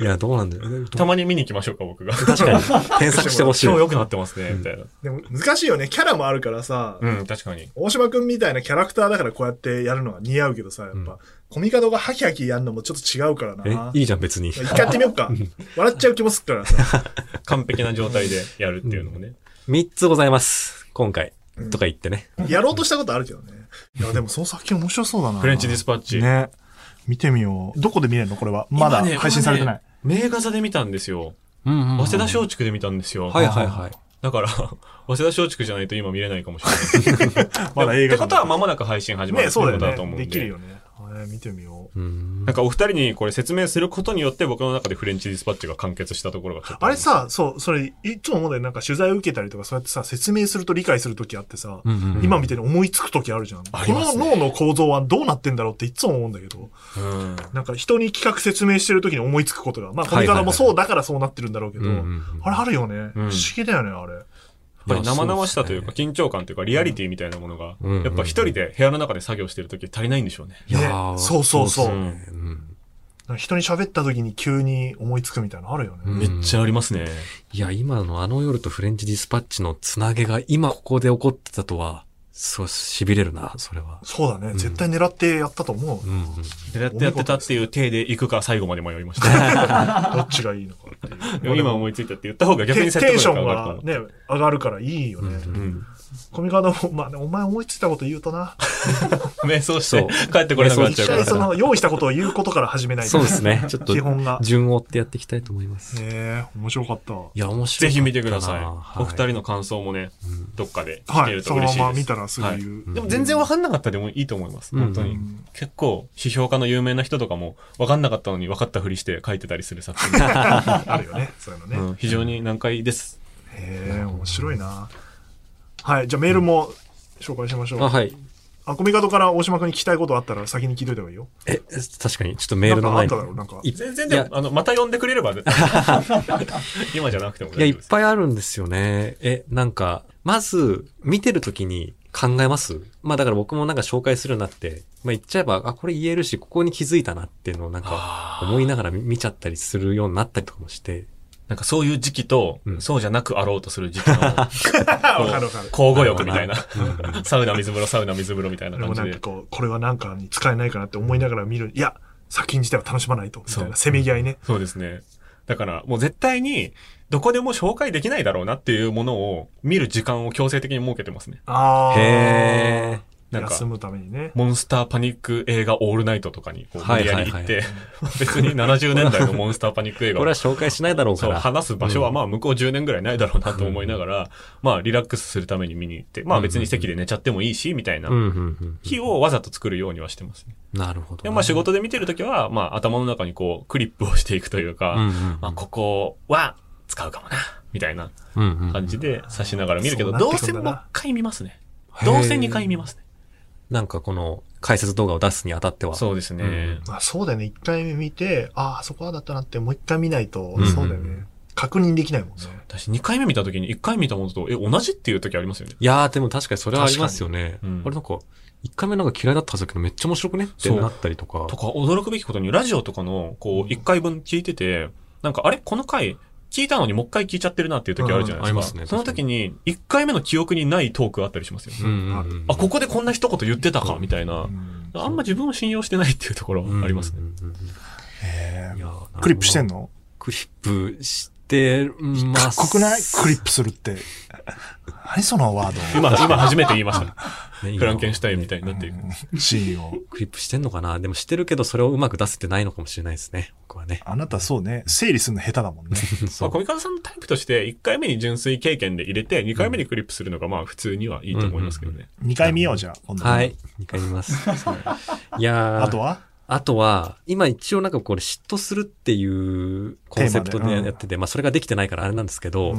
B: や、どうなんだよ。
C: たまに見に行きましょうか、僕が。
B: (laughs) 確かに、添削してほしい
C: 今。日良くなってますね、みたいな。
A: でも難しいよね。キャラもあるからさ、
C: うん、確かに。
A: 大島くんみたいなキャラクターだからこうやってやるのは似合うけどさ、やっぱ、コミカドがハキハキやるのもちょっと違うからな。
B: え、いいじゃん、別 (laughs) に。
A: 一回やってみようか。笑っちゃう気もするからさ。
C: 完璧な状態でやるっていうのもね。
B: 3つございます。今回。とか言ってね。
A: やろうとしたことあるけどね。いや、でもその作品面白そうだな。
C: フレンチディスパッチ。
A: ね。見てみよう。どこで見れるのこれは。まだ
C: 今ね
A: 配信されてない。。
C: 今ね名画座で見たんですよ。
B: うんうん
C: 早稲田松竹で見たんですよ。
B: はいはいはい。
C: だから、 (laughs) 早稲田松竹じゃないと今見れないかもしれない。
A: (laughs) まだ映
C: って
A: 画
C: ことは間もなく配信始まる
A: ね、
C: ってこ
A: そうだ
C: とだと
A: よ
C: 思うん
A: ね。
C: で。
A: できるよね。えー見てみよう。
C: なんかお二人にこれ説明することによって僕の中でフレンチディスパッチが完結したところがちょっと。
A: あれさ、そう、それ、いつも思うんだよ。なんか取材を受けたりとか、そうやってさ、説明すると理解するときあってさ、
B: ん
A: 今みたいに思いつくときあるじゃん。こ
C: あります
A: の脳
C: ね
A: の構造はどうなってんだろうっていつも思うんだけど、
C: うん。
A: なんか人に企画説明してるときに思いつくことが、まあ、こ
B: はい
A: れか
B: はいはい
A: らもそうだからそうなってるんだろうけど、
B: うんうんうん
A: あれあるよね、不思議だよね、あれ。
C: やっぱり生々しさというか緊張感というかリアリティみたいなものが、やっぱ一人で部屋の中で作業してるとき足りないんでしょうね。
B: いやー
A: ねそうそうそう
B: ですねうん
A: なんか人に喋った時に急に思いつくみたいなのあるよね。
B: うん
C: めっちゃありますね。
B: いや、今のあの夜とフレンチディスパッチのつなげが今ここで起こってたとは、そう、痺れるな、それは。
A: そうだね。
B: うん
A: 絶対狙ってやったと
B: (laughs)
A: 思う。
B: うん、うん。
C: やってやってたっていう体で行くか最後まで迷い
A: (laughs)
C: ました。
A: どっちがいいのかっていう。
C: でも今思いついたって言った方が逆に
A: テ
C: 説
A: テン
C: 得
A: ショ
C: 力
A: ン
C: が上が
A: が
C: る
A: ね、上がるからいいよね。
B: うん
C: と思う。うん。
A: コミカドも、まあね、お前思いついたこと言うと
B: (laughs)
A: な。
C: 瞑想し
B: そ
C: て
B: う
C: 帰ってこれなくなっちゃ
A: 一
C: うか
A: 回
C: ら。
A: その、用意したことを言うことから始めないと
B: そうですね。ちょっ
A: (laughs)
B: と
A: 基、本が。ね
B: 順を追ってやっていきたいと思います。
A: え、面白かった。
B: いや、面白
C: ぜ
B: い。
C: ひ見てください。
B: はい
C: お二人の感想もね、どっかで聞
A: は
C: ける
A: い、
C: と
A: その
C: 嬉
A: ま
C: しいで
A: ま
C: す。
A: 見たらすぐ言う。
B: うん
C: でも全然わかんなかったでもいいと思います。
B: うん
C: 本当
A: う
C: に。
A: ん
C: 結構、批評家の有名な人とかも、わかんなかったのに分かったふりして書いてたりする作
B: (laughs)
C: 品。
A: あるよね、そういうのね。
C: うん非常に難解です。
A: へえ、面白いな。はい、じゃあメールも紹介しましょう。
B: あ、はい。
A: あ、コミカドから大島君に聞きたいことあったら先に聞いといた方がいいよ。
B: え、確かに、ちょっとメールの前に。
A: なんかあっただろうなんか
B: い
C: 全然
B: い
C: で
B: や
C: も、あの、また呼んでくれ
B: (laughs)
C: れば、今じゃなくても
B: いや、いっ
C: 大丈夫です。
B: ぱいあるんですよね。え、なんか、まず、見てるときに考えますまあだから僕もなんか紹介するようになって、まあ言っちゃえば、あ、これ言えるし、ここに気づいたなっていうのをなんか、思いながら見見ちゃったりするようになったりとかもして、
C: なんかそういう時期と、
B: うん
C: そうじゃなくあろうとする
B: (laughs)
C: 時期の、こ
A: わ
C: う
A: かるわかる
C: 交互欲みたいな
B: う。
C: サウナ水風呂、サウナ水風呂みたいな
A: でも
C: 感じ
A: なんか
C: で。
A: こう、これはなんかに使えないかなって思いながら見る。いや、作品自体は楽しまないと。みたいな、
C: そ
A: せめぎ合いね。
C: そうですね。だから、もう絶対に、どこでも紹介できないだろうなっていうものを見る時間を強制的に設けてますね。
A: あー。
B: へ
C: なんか
A: 休、むためにね。
C: モンスターパニック映画オールナイトとかに、こう、無理やり行って
B: は、
C: 別に70年代のモンスターパニック映
B: ー。
C: 画
B: (laughs) これは
C: を
B: 紹介しないだろうか
C: そう、
B: ら。
C: 話す場所はまあ向こう10年ぐらいないだろうなと思いながら、まあリラックスするために見に行って、まあ別に席で寝ちゃってもいいし、みたいな
B: うん、うん、うん
C: 日をわざと作るようにはしてますね。
B: うん。なるほど。
C: で、まあ仕、事で見てるときは、まあ頭の中にこうクリップをしていくという
B: うん、うん
C: か、
B: うん。
C: まあここは使うかもな、みたいな
B: うんうん
C: 感じで刺しながら見るけど、
A: そうなっ
C: ど
A: て
C: う
A: く
C: せ
A: んだ
C: もう
A: な
C: 一回見ますね。
B: へー
C: どうせ2回見ますね。
B: なんかこの、解説動画を出すにあたっては。
C: そうですね。
B: うん
A: まあそうだよね。一回目見て、ああ、あそこはだったなって、もう一回見ないと、
B: うん
A: そうだよね。確認できないもんね。
C: 私2回目見たときに1回見たものと、え、同じっていうときありますよね。
B: いやー、でも確かにそれはありますよね。
C: 確かにうん
B: あれなんか、一回目なんか嫌いだったはずだけど、めっちゃ面白くねって
C: そう
B: なったりとか。
C: とか、驚くべきことに、ラジオとかの、こ
A: うん
C: う、一回分聞いてて、なんか、あれこの回、聞いたのにもう一回聞いちゃってるなっていう時あるじゃ
B: う
C: ないですか。
B: んありますね
C: その時に、一回目の記憶にないトークあったりしますよ、
B: うんうんうん。
C: あ、ここでこんな一言言ってたか、みたいな。
A: うん
C: あんま自分を信用してないっていうところはあります
B: う
C: ね。
B: んうんうん
A: へ
B: うん。い
A: え
B: やー
A: クリップしてんの
B: クリップして
A: か
B: ま
A: っ
B: す。
A: こくないクリップするって。何そのワード。
C: 今、今初めて言いました。
B: ね
C: フランケンシュタインみたいになっていく。
A: うんシーンを。
B: クリップしてんのかなでもしてるけど、それをうまく出せてないのかもしれないですね。僕はね。
A: あなたそうね、整理するの下手だもんね。
B: (laughs) そ
C: まあ、
B: う
C: 小見川さんのタイプとして、一回目に純粋経験で入れて、二回目にクリップするのが、まあ、普通にはいいと思いますけどね。
A: 2回見ようじゃあ、今度。
B: はい。。2回見
A: (laughs)
B: ます。いやー
A: あとは
B: あとは、今一応なんかこれ嫉妬するっていうコンセプト
A: テーマ
B: で
A: でうん
B: やってて、まあそれができてないからあれなんですけど、
A: うん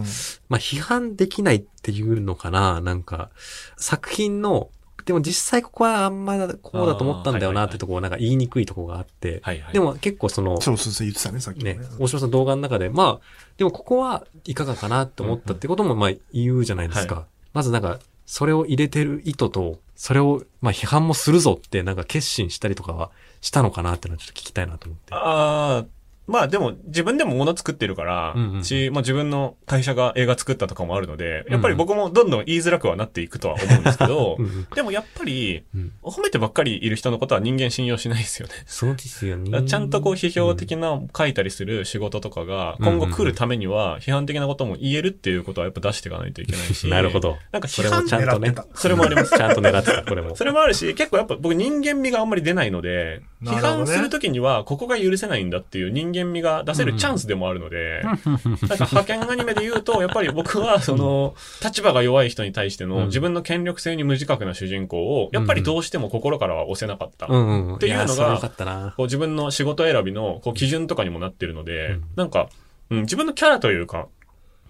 B: まあ批判できないっていうのかな、なんか、作品の、でも実際ここはあんまこうだと思ったんだよ
C: あーはいはいは
B: ないってところなんか言いにくいとこがあって、
C: はいはい。
B: で、も結構その、
A: そうそうそう言ってたね、さっきもね。
B: ね、大島さんの動画の中で、まあ、でもここはいかがかなって思ったってことも、まあ言うじゃないですか。まずなんか、それを入れてる意図と、それを、まあ批判もするぞって、なんか決心したりとかはしたのかなってのはちょっと聞きたいなと思って。
C: ああ、まあでも自分でも物作ってるから、
B: うんうん
C: し、まあ自分の会社が映画作ったとかもあるので、
B: うん
C: やっぱり僕もどんどん言いづらくはなっていくとは思うんですけど、
B: うん
C: でもやっぱり、
B: うん
C: 褒めてばっかりいる人のことは人間信用しないですよね。
B: そうですよ
C: だ
B: ね
C: から。ちゃんとこう批評的な書いたりする仕事とかが
B: うん
C: 今後来るためには批判的なことも言えるっていうことはやっぱ出していかないといけない
B: (laughs)
C: し。
B: なるほ。ど。
C: なんか
B: そ
C: 批
B: れも
C: 判
B: ちゃんと
A: 狙
B: ね
A: ってた。
C: それもあります
B: ちゃんと狙って
C: (laughs)
B: た、これも。
C: それもあるし、結構やっぱ僕人間味があんまり出ないので、
A: な
C: 批
A: るほどね
C: 判するときにはここが許せないんだっていう人間味が出せるチャンスでもあるの
B: (laughs)
C: で、なんか派遣アニメで言うと、やっぱり僕はその、立場が弱い人に対して
B: うん
C: の自分の権力性に無自覚な主人公を、やっぱりどうしても心からは押せなかった。
B: うんうん。
C: っていうのが
B: やそれよかったな。
C: こう自分の仕事選びのこう基準とかにもなってるので、
B: うん
C: なんか、うん、自分のキャラというか、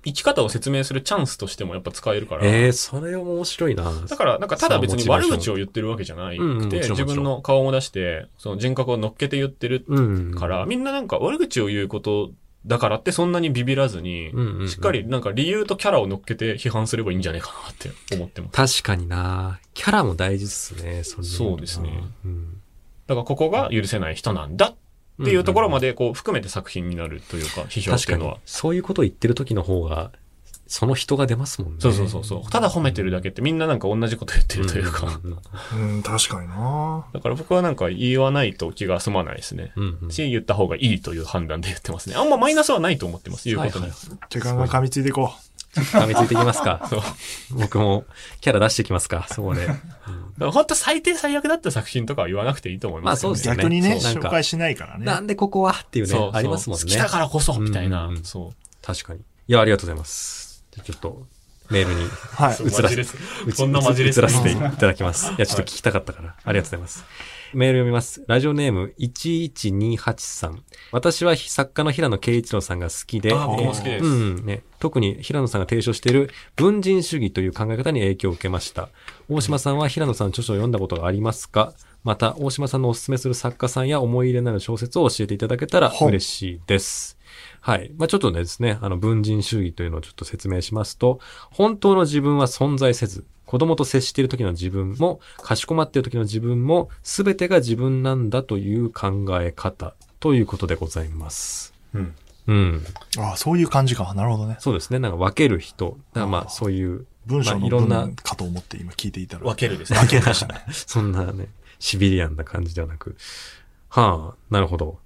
C: 生き方を説明するチャンスとしてもやっぱ使えるから、
B: ええそれも面白いな。
C: だから、なんか、ただ別に悪口を言ってるわけじゃな
B: うんうんも
C: く
B: ちろ
C: て、
B: んもちろん
C: 自分の顔も出して、その人格を乗っけて言ってる
B: うん。
C: から、、みんななんか悪口を言うことだからってそんなにビビらずに、
B: うんうんうん
C: しっかりなんか理由とキャラを乗っけて批判すればいいんじゃないかなって思ってます。
B: 確かにな。キャラも大事っすね。それで言とな
C: そうですね。
B: うん。
C: だから、ここが許せない人なんだっっていうところまでこう含めて作品になるというか、批評っ
B: 確か
C: ていうの
B: に
C: は。。
B: そういうことを言ってる時の方が、その人が出ますもんね。
C: そうそうそうそう。ただ褒めてるだけってみんななんか同じこと言ってるというか。
B: うん。
A: うん、確かにな
C: だから僕はなんか言わないと気が済まないですね。
B: うんうん。
C: し、言った方がいいという判断で言ってますね。あんまマイナスはないと思ってます。言うことに。
B: はいはい
A: 時間が噛みついていこ
B: 噛みついていきますか。
C: (laughs) そう
B: 僕もキャラ出してきますか、そ
C: (laughs)
B: こで。
C: だから本当最低最悪だった作品とかは言わなくていいと思いますよ、
B: まあそう
A: う。
B: ですよね
A: 逆にね、
B: そうなんか
A: 紹介しないからね。
B: なんでここはっていうね
C: そう、
B: ありますもん
C: そう
B: ね
C: 好き。だからこそ、みたいな。
B: うんうん
C: そ。。
B: 確かに。いや、ありがとうございます。じゃあちょっと、メールに、
A: はいう
B: 映
C: (laughs)
B: らせ
C: マジです
B: うち
C: そんなマジレス
B: 映らせていただき
C: (laughs)
B: ます。いや、ちょっと聞きたかったから、ありがとうございます。メール読みます。ラジオネーム11283さん。私は作家の平野慶一郎さんが好きで、
C: あ、僕も好き
A: え
C: です。
B: うん、ね。特に平野さんが提唱している文人主義という考え方に影響を受けました。大島さんは平野さんの著書を読んだことがありますかまた、大島さんのおすすめする作家さんや思い入れのある小説を教えていただけたら
A: ほう
B: 嬉しいです。はい。まあ、ちょっとねですね、あの、文人主義というのをちょっと説明しますと、本当の自分は存在せず、子供と接している時の自分も、かしこまっている時の自分も、すべてが自分なんだという考え方ということでございます。
C: うん
B: うん。
A: ああ、そういう感じか。なるほどね。
B: そうですね。なんか分ける人。だからま
A: あ
B: あ
A: あ
B: そういう、
A: 文章
B: まあ
A: の
B: いろんな
A: 文かと思って今聞いていたら。
C: 分けるですね。
A: 分けました
B: (laughs)
A: ね。
B: そんなね、シビリアンな感じではなく。はあ、なるほど。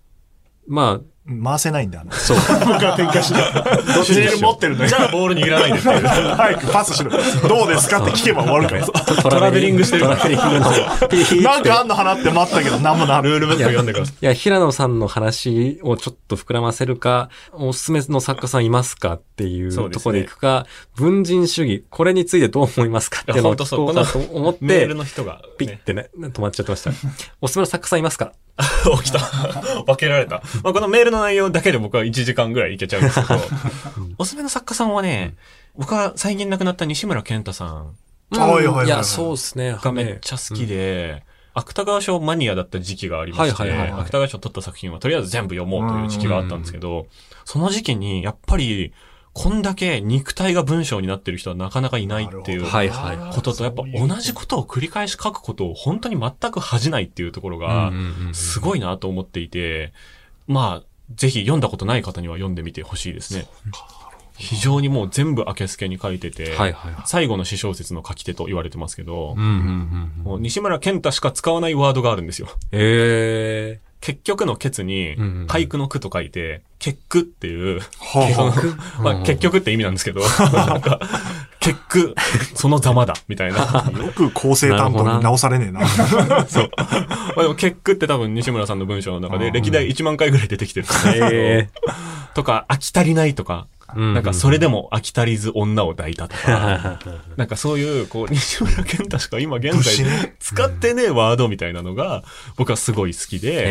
B: まあ、
A: 回せないんだ。どっ
B: そう。
A: が展開
B: (laughs)
A: してどっちに持ってるのよ
C: じゃあボール握らないでっていう。
A: 早くパスしろ。どうですかって聞けば終わるから。
B: ト
C: ラベリングしてる
B: トラベリングの。い
A: なんかあんの花って待ったけど、なんもな
C: ルー
A: る。
C: ルブック読んでください。
B: や、平野さんの話をちょっと膨らませるか、おすすめの作家さんいますかっていう
C: そうで
B: と
C: すね
B: ころでいくか、文人主義、これについてどう思いますかっていうのを
C: いや本当
B: 聞
C: そう
B: こうかと思っ
C: メー
B: て
C: ル、の人が、
B: ピッてね、止まっちゃってました。おすすめの作家さんいますか
C: 起きた。分けられた。まあ、このメールの内容だけで僕は1時間ぐらいいけちゃうんですけど、
B: (laughs)
C: おすすめの作家さんはね、僕は最近亡くなった西村健太さん
A: あはいはいはいはい
B: いや、そうですね。
C: がめっちゃ好きで、芥川賞マニアだった時期がありまして、
B: はいはいはいはい
C: 芥川賞取った作品はとりあえず全部読もうという時期があったんですけど、その時期にやっぱり、こんだけ肉体が文章になってる人はなかなかいないってい
A: なる
C: う
A: ほど
B: はいはい
C: ことと、やっぱ同じことを繰り返し書くことを本当に全く恥じないっていうところが、すごいなと思っていて、まあ、ぜひ読んだことない方には読んでみてほしいですね。非常にもう全部明けすけに書いて
B: は
C: て、
B: いはいはい。
C: 最後の詩小説の書き手と言われてますけど、
B: うんうんうん。
C: もう西村健太しか使わないワードがあるんですよ。
B: え
C: 結局のケツに
B: うんうんうん、
C: 俳句の句と書いて、結句っていう、
A: はあはあ
B: え
C: (laughs) まあ結。局って意味なんですけど、なんか、結句、そのざまだ、みたいな。
A: よく構成担当に直されねえな。
C: そう。まあでも結句って多分西村さんの文章の中で歴代1万回ぐらい出てきてるんですけど
B: え
C: とか、飽き足りないとか、
B: ー
C: なんかそれで
B: も。
C: も飽き足りず女を抱いたとか、なんかそういう、こう、西村健太しか今現
A: 武士
C: 在
A: ね。
C: 使ってねえワードみたいなのが、僕はすごい好きで、
B: (laughs)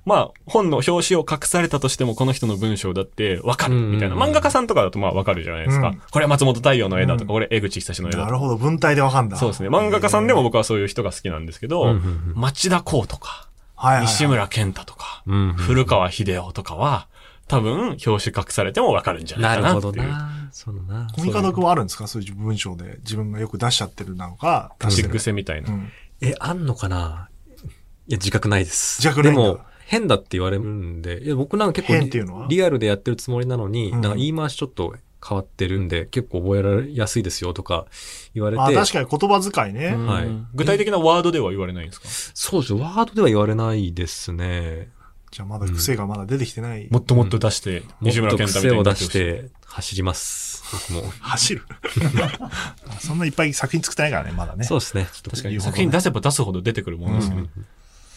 B: え
C: まあ、本の表紙を隠されたとしても、この人の文章だってわかる
B: う
C: みたいな。
B: んうんうん
C: 漫画家さんとかだとまあわかるじゃないです
A: う
C: か
A: ん。
C: これは松本太陽の絵だ
A: う
C: と
A: ん
C: か、これ江口久志の絵だ
A: な
C: とか。
A: るほど、文体でわかんだ。
C: そうですね。漫画家さんでも僕はそういう人が好きなんですけど、
B: ん
C: 町田光とか、
A: はいはい。
C: 西。村健太とか、
B: うん
C: 古川秀夫とかは、多分、表紙隠されてもわかるんじゃな
B: ない
C: か
B: る
C: な
B: ほ
C: ってい
B: ど
C: う。
B: な。そのな。
A: コミカド君はあるんですかそういう文章で自分がよく出しちゃってるなのか、出して
C: 口
A: る。
C: 癖みたいな
A: う。ん。
B: え、あんのかないや、自覚ないです。
A: 自覚ないん
B: で
A: だ
B: も、変だって言われるんで、いや僕なんか結構
A: 変っていうのは
B: リアルでやってるつもりなのに、
A: うん
B: なんか言い回しちょっと変わってるんで、結構覚えられやすいですよとか言われて。
A: あ、確かに言葉遣いね。
B: はい
C: うん具体的なワードでは言われないんですか
B: そうですよ。ワードでは言われないですね。
A: じゃあまだ癖がまだ出てきてない。
C: もっともっと出して、
B: もっ
C: 西村
B: と
C: 健太み
B: 癖
C: たい
B: を
C: にな
B: 出
C: って
B: し
C: ほしい。
B: て走ります。僕も。
A: 走る。あそんないっぱい作品作ってないからね、まだね。
B: そうですね。ちょっと
C: 確か
A: 言
C: に
A: うほどね
C: 作品出せば出すほど出てくるものですよね。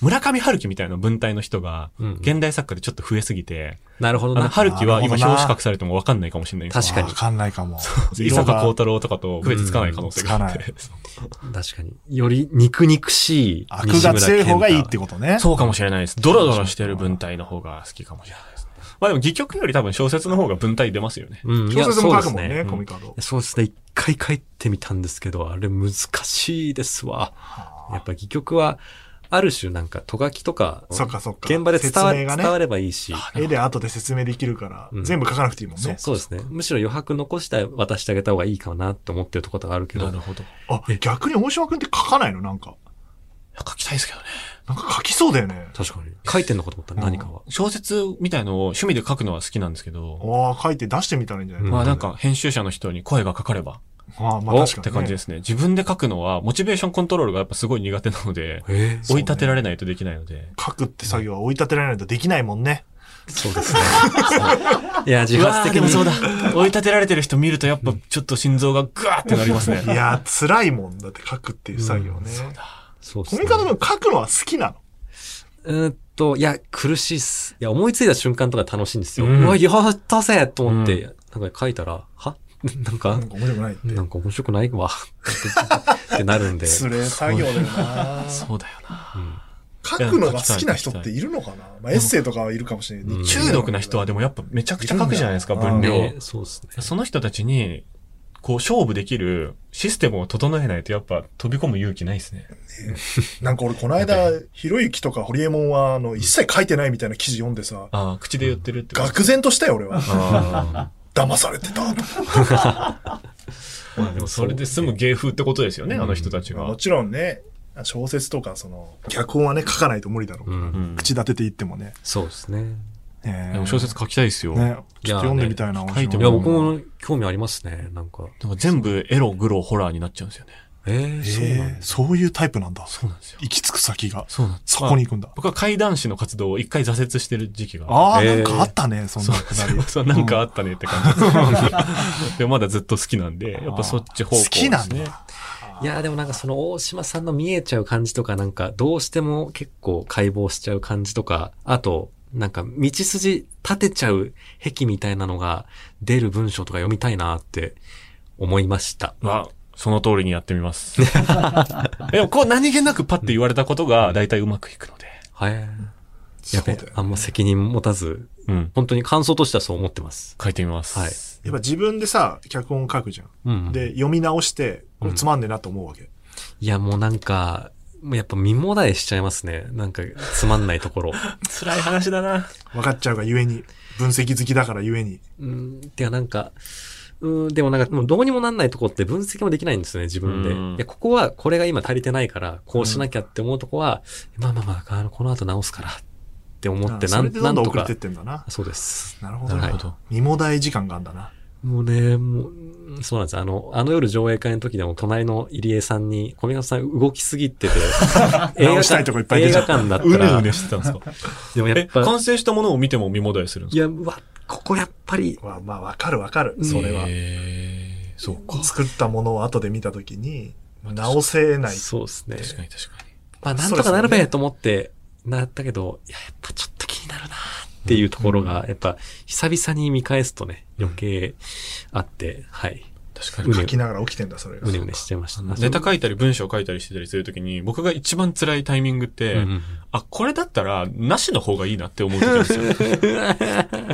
C: 村上春樹みたいな文体の人が、
B: うん
C: 現代作家でちょっと増えすぎて、
B: なるほど
C: あの
B: な。
C: 春樹
A: なる
C: は今
A: ほどな
C: 表紙隠されてもわかんないかもしれないです。
B: 確かに
A: わかんないかも。
C: 伊
A: 色
C: 坂
A: が
C: 幸太郎とかと区別つかない可能性があ
A: うん
C: っ
A: つ
C: て。
B: 確かに。より肉肉しい。
A: 悪が強い方がいいってことね。
C: そうかもしれないです。ドロドロしてる文体の方が好きかもしれないですね。まあでも、戯曲より多分小説の方が文体出ますよね。
B: うん、いや
A: 小説も書くもん
B: そうで
A: ね、
B: す
A: コミカド。
B: そうですね。一回書いてみたんですけど、あれ難しいですわ。やっぱ戯曲は、ある種なんか、とがきとか、
A: そっかそっか。
B: 現場で伝わ,、
A: 説明が
B: 伝わ
A: ね。
B: ればいいし。
A: 絵で後で説明できるから、
B: うん
A: 全部書かなくていいもん
B: そう
A: ね。
B: そうですね。むしろ余白残して渡してあげた方がいいかなって思ってるところがあるけど。
C: ほど。
A: あ、逆に大島くんって書かないのなんか。
C: 書きたいですけどね。
A: なんか書きそうだよね。
B: 確かに。書いてんのかと思った、
A: うん
B: 何かは。
C: 小説みたいのを趣味で書くのは好きなんですけど、
A: ああ、書いて出してみたらいいんじゃない
C: まあなん、か編集者の人に声がかかれば
A: ああ、まあ確かに、
B: お
A: ね。
C: って感じですね。自分で書くのはモチベーションコントロールがやっぱすごい苦手なので、
B: え
A: そう
C: 追い
A: ね
C: 立てられないとできないので。
A: 書くって作業は追い立てられないとできないもんね。
B: そうですね。いや、自
C: うわ
B: 発的
C: ーでも
B: に。
C: そうだ。 (laughs) 追い立てられてる人見るとやっぱちょっと心臓がグワーってなりますね
A: い。やー、辛いもんだって書くっていう作業ね。
B: そうっ
A: コ
B: すね
A: ミカド君書くのは好きなの
B: うーんと、いや、苦しいっす。いや、思いついた瞬間とか楽しいんですよ。
C: う
B: うんわ、やったぜと思って、
C: う
B: なんか書いたら、は (laughs) なんか、
A: なんか面白くないって。
B: なんか面白くないわ。ってなるんで。
A: つれえ作業だよな
C: そうだよな。
B: うん
A: 書くのが好きな人っているのかな、まあ、エッセイとかはいるかもしれない。
B: うん
C: 中毒な人はでもやっぱめちゃくちゃ書くじゃないですか、
A: いるんだ
C: 分量
B: ね。そうですね。
C: その人たちに、こう勝負できるシステムを整えないとやっぱ飛び込む勇気ないですね。
A: なんか俺この間、ひろゆきとか堀江門はあの一切書いてないみたいな記事読んでさ、
C: ああ、口で言ってるってこと
A: 愕然としたよ俺は。
C: あ
A: 騙されてたと。
C: あ。まあでもそれで済む芸風ってことですよね、
B: うん
C: あの人たち
A: まあ
C: が
A: も。ちろんね、小説とかその、脚本はね、書かないと無理だろう。
B: うん。
C: ん
A: 口立てていってもね。
B: そうですね。
A: ねえ
C: でも小説書きたいですよ。
A: ね、ちょっと読んでみたいな。
C: いやね
A: 面白
C: 書いて
B: いや、
C: も
B: 僕も興味ありますね。なんか。
C: でも全部エロ、グロ、ホラーになっちゃうんですよね。
B: ええそうなん
A: えー
B: です。
A: そういうタイプなんだ。
C: そうなんですよ。
A: 行き着く先が。
C: そうなんです。
A: そこに行くんだ
C: まあ。僕は怪談師の活動を一回挫折してる時期が。
A: ああ、
B: え
A: なん
B: ー
A: かあったね、そん
C: そ
A: な
C: う
A: くだ
C: そ
A: り
C: う。そう、なんかあったねって感じです。でもまだずっと好きなんで、やっぱそっち
A: 好
C: 方向ですね。
A: きなんだ。
B: いや、でもなんかその大島さんの見えちゃう感じとか、なんかどうしても結構解剖しちゃう感じとか、あと、なんか道筋立てちゃう壁みたいなのが出る文章とか読みたいなって思いました。
C: は、その通りにやってみます。でもこう何気なくパッて言われたことが大体うまくいくので。
B: はい。や
A: そ
B: べ
A: うだよね、
B: あんま責任持たず、
C: うん。
B: 本当に感想としてはそう思ってます。
C: 書いてみます。
B: はい
A: やっぱ自分でさ、脚本書くじゃん。
B: うん。
A: で、読み直して、これつまんねえなと思うわけ。
B: いや、もうなんか、もうやっぱ身もだえしちゃいますね。なんか、つまんない
A: (laughs)
B: ところ。
C: 辛い話だな。
A: 分かっちゃうがゆえに、分析好きだからゆえに。
B: うん、てかなんか、うん、でもなんか、もうどうにもなんないとこって分析もできないんですよね、自分
C: うん
B: で。いや、ここは、これが今足りてないから、こうしなきゃって思うとこは、まあまあまあ、あの、この後直すからって思って、
A: あ
B: な
A: それ
B: ん、
A: でど
B: なんん
A: どん
B: と
A: 遅れ
B: か
A: てっ。てんだな。
B: そうです。
A: なるほど
C: な
A: ね
C: るほ。ど。
A: 身も大時間があんだな。
B: もうね、もううん、そうなんです。あの、あの夜上映会の時でも、隣の入江さんに、小宮さん動きすぎてて、
A: (laughs) 直したいとこいっぱい出
B: 映
A: ちゃ
B: 画
A: った
B: 館だった
C: うねう
B: ら、
C: ねしてたんですか
B: でもやっ
C: え、
B: ぱ、
C: 完成したものを見ても見もだえするん
B: い
C: ですか
B: や、うわ、ここやっぱり、
A: わまあ、わかるわかる。それは。
C: えー、そうか。
A: 作ったものを後で見たときに、直せない。
B: そうですね。
C: 確かに確かに。
B: まあ、な
A: そ
B: ん
A: う
B: と
A: です
B: か
A: よね
B: なるべと思って、なったけど、いや、やっぱちょっと気になるなっていうところが、やっぱ、久々に見返すとね、余計あって、はい。
C: 確か
B: う
C: に。
B: ね
A: 書きながら起きてんだ、それが
B: う。ねうねしちゃいました。
C: ネタ書いたり文章書いたりしてたりするときに、僕が一番辛いタイミングって、
B: うん
C: あ、これだったら、なしの方がいいなって思う時あるんですよ。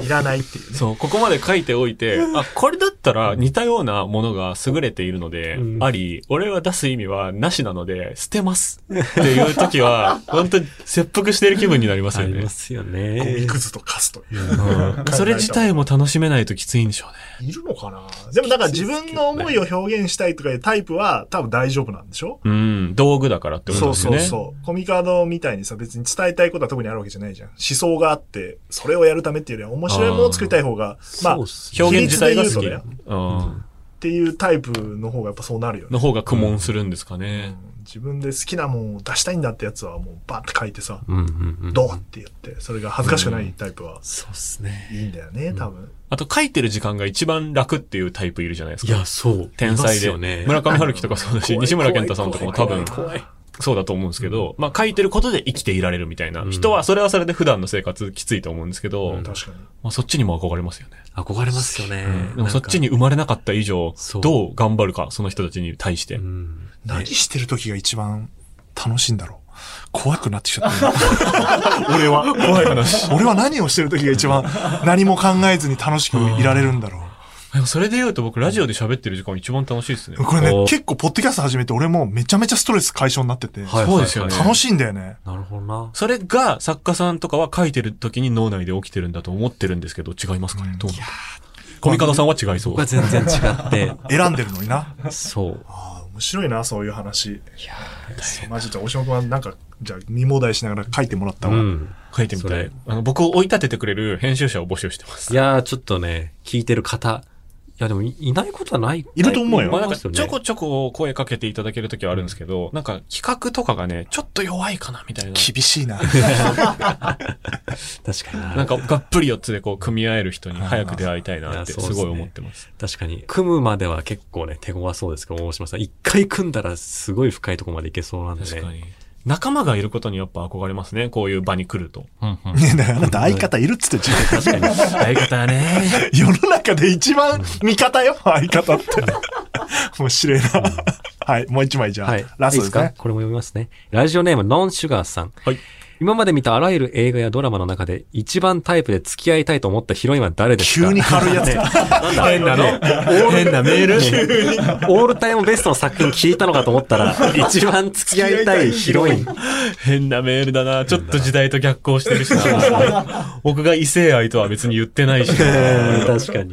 A: いらないっていうね。
C: そう、ここまで書いておいて、あ、これだったら似たようなものが優れているので、
B: うん
C: あり、俺は出す意味はなしなので、捨てますっていう時は、
B: (laughs)
C: 本当に切腹している気分になります
B: あ
C: よ
B: り
C: ね
B: ま。すよ
A: ゴミ
B: ね。
A: くずと貸すという。
C: うんそれ自体も楽しめないときついんでしょうね。
A: いるのかなでもなんか自分の思いを表現したいとかいうタイプは多分大丈夫なんでしょ
C: うん、道具だからってこと
A: そう
C: です
A: そ
C: よ
A: うそ
C: ね。
A: う。コミカードみたいにさ、別に伝えたいことは特にあるわけじゃないじゃん。思想があって、それをやるためっていうよりは面白いものを作りたい方が、まあ、
B: そうっ
A: っ
B: す
C: 表現自体が好
A: 比率で
C: き。
A: 言う
C: うん。
A: ていうタイプの方がやっぱそうなるよね。
C: の方が苦悶するんですか
A: う
C: ね。
A: ん自分で好きなもんを出したいんだってやつはもうバンって書いてさ、
B: うんうんうん。
A: ドンって言って、それが恥ずかしくないタイプは
B: そうっすね。
A: いいんだよね、多分。
C: あと書いてる時間が一番楽っていうタイプいるじゃないです
B: い
C: か。
B: や、そう。
C: 天才
B: います
C: で。
B: よね。
C: 村上春樹とかそうだし、
B: 怖い
C: 西村健太さんとかも多分、
B: 怖い怖い
C: そうだと思うんですけど、まあ書いてることで生きていられるみたいな、
B: うん
C: 人はそれはそれで普段の生活きついと思うんですけど、
B: うん
C: ま
A: 確かに。
C: あそっちにも憧れますよね。
B: 憧れますよね。
C: でもそっち
B: な
C: に
B: んか、
C: 生まれなかった以上
B: そ、う
C: どう頑張るか、その人たちに対して。
B: うん
A: 何してる時が一番楽しいんだろう。怖くなってきちゃ (laughs) った。俺は。怖い話。俺は何をしてる時が一番何も考えずに楽しくいられるんだろ
C: でもそれで言うと僕ラジオで喋ってる時間一番楽しいですね
A: う。。これね
B: お、
A: 結構ポッドキャスト始めて俺もめちゃめちゃストレス解消になってて、
B: はい
C: そうですよね
A: 楽しいんだよね。
B: なるほどな。
C: それが作家さんとかは書いてる時に脳内で起きてるんだと思ってるんですけど、違いますかねどうなのコミカドさんは違いそう
B: 僕は。全然違って、
A: (laughs) 選んでるのにな。
B: そう。
A: ああ、面白いな、そういう話。
B: や
A: そうマジで、大島君はなんか、じゃあ、見放題しながら書いてもらったわ。
B: うん。
C: 書いてみ
B: そ
C: たい
B: れ。
C: あの、僕を追い立ててくれる編集者を募集してます。
B: いやー、ちょっとね、聞いてる方。いや、でもい、いないことはない。
A: いると思うよ
C: まあ、
B: い
C: なん
B: ま
C: か
B: すよね
C: ちょこちょこ声かけていただけるときはあるんですけど、なんか企画とかがね、ちょっと弱いかなみたいな。
A: 厳しいな。
B: 確かにな。
C: なんかがっぷり四つでこう組み合える人に早く出会いたいなって
B: いやそうです
C: す
B: ね
C: ごい思ってます。
B: 確かに。組むまでは結構ね、手強そうですけど、大島さん。一回組んだらすごい深いとこまでいけそうなんで
C: 確か
B: ね。
C: に。仲間がいることにやっぱ憧れますね。こういう場に来ると。
A: ねだからあなた相方いるっつってんじゃん
C: 確かに。相方はね。
A: 世の中で一番味方よ、相方って。面白いな。はい、もう一枚じゃあ、
B: はい。
A: ラストです
B: いい
A: ね
B: か。これも読みますね。ラジオネーム、ノンシュガーさん。
C: はい。
B: 今まで見たあらゆる映画やドラマの中で、一番タイプで付き合いたいと思ったヒロインは誰ですか
A: 急に軽いやつだ。
C: 変なの。変なメール。
B: オールタイムベストの作品聞いたのかと思ったら、一番付き合いたいヒロイ (laughs) ン。
C: 変なメールだな。ちょっと時代と逆行してるしな。僕が異性愛とは別に言ってないしな。
B: 確かに。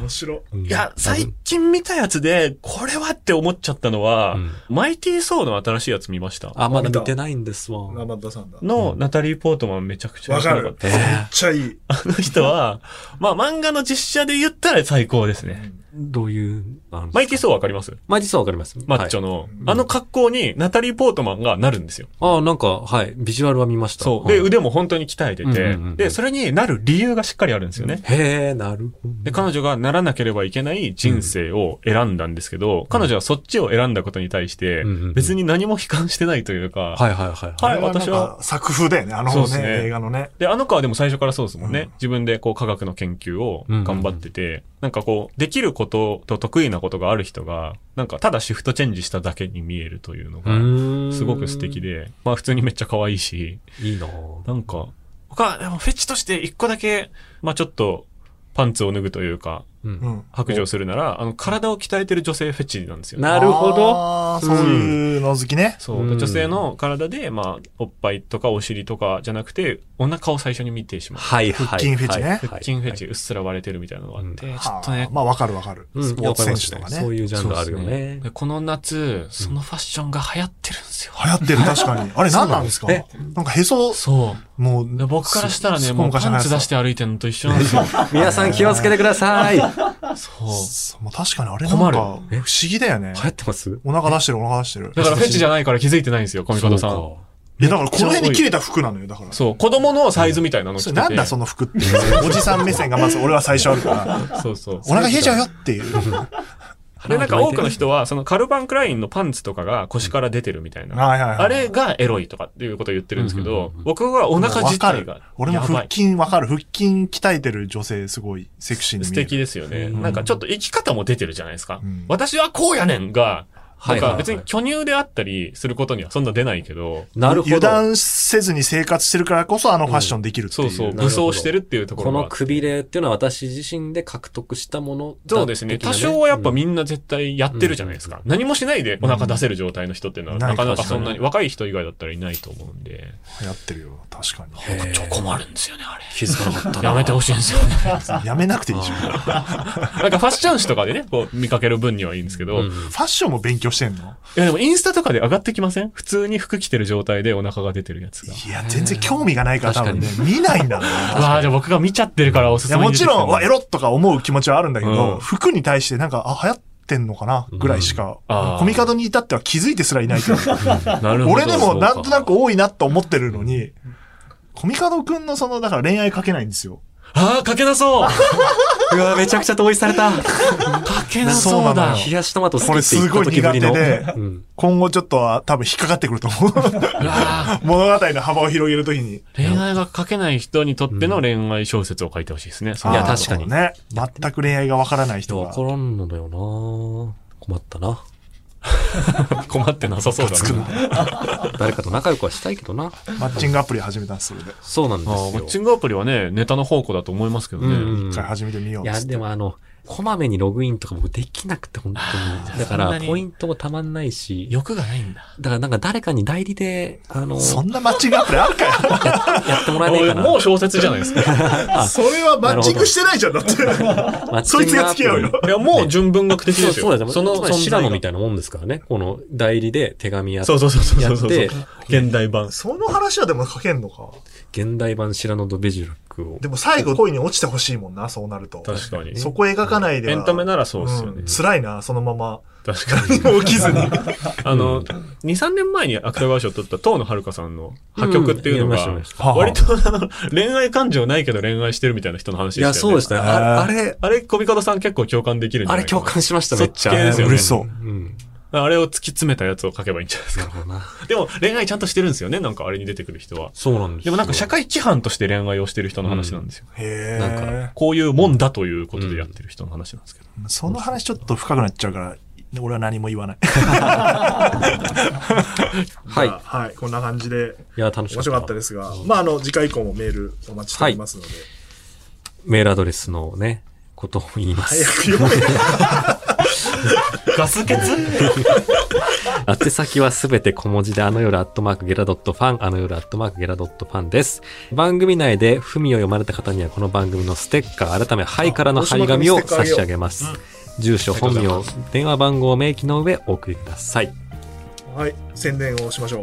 A: 面白。
C: いや、最近見たやつで、これはって思っちゃったのは、
B: うん
C: マイティー・ソーの新しいやつ見ました。
B: あ、まだ見てないんですわ。
A: ナマッダさんだ。
C: の、ナタリー・ポートマンめちゃくちゃ
A: わ
C: 面
A: か
C: 白
A: る。めっ
C: った。
B: え
A: ちゃいい。
C: あの人は、まあ漫画の実写で言ったら最高ですね。
B: どういう、あの
C: マイティー・ソーわかります
B: まあ実はわかります。
C: マッチョ
B: はい
C: の、あの格好にナタリー・ポートマンがなるんですよ。
B: ああ、なんか、はい。ビジュアルは見ました。
C: そう。
B: はい
C: で、腕も本当に鍛えて
B: うんうん
C: て
B: うんう、ん
C: で、それになる理由がしっかりあるんですよね。
B: へえ、なるほ
C: で、彼女がならなければいけない人生を選んだんですけど、彼女はそっちを選んだことに対して
B: うんうんうん、
C: 別に何も悲観してないというか、
B: ど。はいはいはい。
C: はい
A: あれなんか
C: 私は
A: 作風だよね、あの
C: そうっ
A: ね
C: すね
A: 映画のね。
C: で、あの子はでも最初からそうですもんね。
A: うん
C: 自分でこう科学の研究を頑張ってて、なんかこう、できることと得意なことがある人が、なんかただシフトチェンジしただけに見えるというの
B: う
C: が、
B: ーん
C: すごく素敵。で、まあ普通にめっちゃ可愛いし、
B: いいなぁ
C: なんか、僕はでもフェチとして一個だけ、まあちょっと、パンツを脱ぐというか、
B: うん
A: うん。
C: 白状するなら、あの、体を鍛えてる女性フェチなんですよね。
B: なるほど。
A: あーそういうの好きね。
C: そう、
B: うん
C: 女性の体で、まあ、おっぱいとかお尻とかじゃなくて、お腹を最初に見てしまう。
B: はいはい。
A: 腹筋フェチね
B: はいはい
C: 腹筋フェチ、うっすら割れてるみたいなのがあって、
B: う
C: ちょっとね
A: はあ、まあ、わかるわかる。
B: うん
A: スポーツ選手と
B: わ
A: か
B: りますそう
A: ね。
B: いうジャンルあるよ
C: そうです
B: ね。
C: でこの夏、そのファッションが流行ってるんですよ。
A: 流行ってる、確かに。あれ何なんですか
B: そうなん
A: なんかへそ、
C: そう。
A: もう
C: で。僕からしたらね、
A: す
C: もうパンツ出し。
A: す
C: て歩いてるのと一緒なんですよ。
B: 皆さん気をつけてく
A: (laughs)
B: ださい。流行
C: そう。
A: そうもう確かにあれなんか、不
C: 困
A: 思議だよね。
B: ってます
A: お腹出してる、お腹出してる。
C: だからフェチじゃないから気づいてないんですよ、コミカドさん。そう
A: いや、だからこの辺に切れた服なのよ、だから。
C: 子供のサイズみたいなの着て
A: そ
C: て。
A: れなんだその服っていう。おじさん目線がまず俺は最初あるから。
C: そうそう。
A: お腹冷えちゃうよっていう。
C: で、なんか多くの人は、そのカルバンクラインのパンツとかが腰から出てるみたいな。
A: はいはいはい。
C: あれがエロいとかっていうことを言ってるんですけど、僕はお腹自体
A: わかる
C: が。
A: 俺も
C: やば
A: 腹
C: い
A: 筋わかる。腹筋鍛えてる女性すごいセクシーに見え
C: 素
A: る。
C: 敵ですよね。
B: うん
C: なんかちょっと生き方も出てるじゃないですか。
A: うん
C: 私はこうやねんが、
B: は
C: ないん
B: はいは
C: か
B: い
C: 別に巨乳であったりすることにはそんな出ないけど、
B: なるほ
A: 油
B: ど。
A: 断せずに生活してるからこそあのファッションできるってい。
C: そううそう、
B: なるほど
C: 武装してるっていうとこ
B: こ
C: ろ
B: の
C: が。
B: くびれっていうのは私自身で獲得したものだ
C: そうですね。
B: 的な
C: 多少はやっぱ
B: うん
C: みんな絶対やってるじゃないですか。何もしないでお腹出せる状態の人っていうのは、
A: うん
C: なかなか
A: ないかもしれ
C: そ
A: ない
C: んなに若い人以外だったらいないと思うんで。
A: 流行ってるよ。確かに。
B: へー
C: 超困るんですよね、あれ。
B: 気づかなかったな。
C: やめてほしいんですよね。
A: やめなくていいじゃん。フ
C: (laughs) なんかファッション誌とかでね、こう見かける分にはいいんですけど、
B: うん
C: い
A: ァッションも勉強してんの
C: やでもインスタとかで上がってきません普通に服着てる状態でお腹が出てるやつが。
A: いや、全然興味がないから多
B: 確か
A: 分
B: に
A: ね、見ないんだろうな。
C: (laughs) わあ、じゃあ僕が見ちゃってるからおす
A: い
C: す
A: や、
C: めに
A: も
C: 出て
A: ち
C: きた
A: ろん、わエロっとか思う気持ちはあるんだけど、
C: うん
A: 服に対してなんか、あ、流行ってんのかなぐらいしか、
C: うんあー
A: コミカドに至っては気づいてすらいないけど、
C: なるほど。
A: 俺でもなんとな
C: く。
A: く多いなと思ってるのに、コミカドくんのその、だから恋愛かけないんですよ。
C: ああ、かけなそう
B: うわ、めちゃくちゃ同意された。
C: かけな
A: そうな
C: そう
A: のよ
C: だ。
B: 冷やしトマト好きって言った時ぶりの。
A: これすごい苦手で
B: うん
A: 今後ちょっとは多分引っかかってくると思う。
C: うわあ
A: (laughs) 物語の幅を広げるときに。
C: 恋愛がかけない人にとっての恋愛小説を書いてほしいですね。
A: あー
B: いや確かに
A: そうね。全く恋愛がわからない人
B: わ
A: が
B: か。らんのだよな困ったな。
C: 困ってなさそうだ
A: つく
C: な。
A: のね
B: 誰かと仲良くはしたいけどな。
A: マッチングアプリ始めたんです、それで。
B: そうなんで
C: ああ、マッ
B: す
C: チ
B: よ。
C: ングアプリはね、ネタの宝庫だと思いますけどね。
B: うんうん
A: 一回始めてみよう
B: い
A: っつ
B: や、
A: って
B: でもあの、こまめにログインとか僕できなくて、本当
D: あー
B: に。だか
D: そんな
B: ら、
D: に
B: ポイントもたまんないし、
D: 欲がないんだ。
B: だからなんか誰かに代理で、あの、
A: そんなマッチングアプリあるかよ。
B: やってもらえないかな。
C: もう小説じゃないですか。
A: それはマッチングしてないじゃん、だって。
B: マッチング
A: そいつが付き合うよ
B: アプリ
C: いや、もう純文学的
B: そう
C: です
B: そう
C: よ。
B: ですね。
C: そ
B: そ
C: の
B: の、つまり
C: 存
B: シ
C: 在
B: ラ
C: が
B: ノみたいなもんですからね。この代理で手紙や
C: そうそうそうそうそうそう。
B: やって
C: 現代
A: (laughs)
C: 版。
A: その話はでも書けんのか。
B: 現代版シラノとベジュラックを
A: で。も最後恋に落ちてほしいも (laughs) んな、そうなると。
C: 確かに。
A: そこ描かないでは。
C: エンタメならそうですよ
A: う
C: ね
A: ん。辛いな、そのまま。
C: 確かに。
A: 何も (laughs) 起きずに。
C: あの、2、3年前に芥川賞を取った東野遥さんの破局っていうの
B: うん見
C: が
B: まし、た
A: はあ
C: 割とあの恋愛感情ないけど恋愛してるみたいな人の話
B: い
C: でしたよ
B: や、
C: ね。
B: そうでしたね。ああれ、
C: あれ、コミカドさん結構共感できるんじゃ
B: あ
C: な
B: れ
C: いかな
B: 共感しました、めっちゃ。
C: そっち系ですよね
A: 嬉しそう
B: うん。
C: あれを突き詰めたやつを書けばいいんじゃないです
B: な
C: か。
B: るほどな。
C: (laughs) でも、恋愛ちゃんとしてるんですよね。なんかあれに出てくる人は。
B: そうなんです
C: で
B: よ
C: もなんか社会規範として恋愛をしてる人の話なんですよ。
A: へ
B: なん
A: え。
C: こういうもんだということでやってる人の話なんですけど。
A: その話ちょっと深くなっちゃうから、俺は何も言わない。
B: はい。
A: まあはい、こんな感じで。
B: いや、楽しか
A: 面白
B: った。
A: かったですが、まあ、あの、次回以降もメールお待ちしておりますので。
B: メールアドレスのね、ことを言います。
A: 早く読め
C: ガス欠
B: 宛先はすべて小文字で、あの夜アットマークゲラドットファン、あの夜アットマークゲラドットファンです。番組内で、文を読まれた方には、この番組のステッカー、改め、ハイからの張り紙を差し上げます。住所、本名、電話番号を明記の上、お送りください。
A: はい、宣伝をしましょう。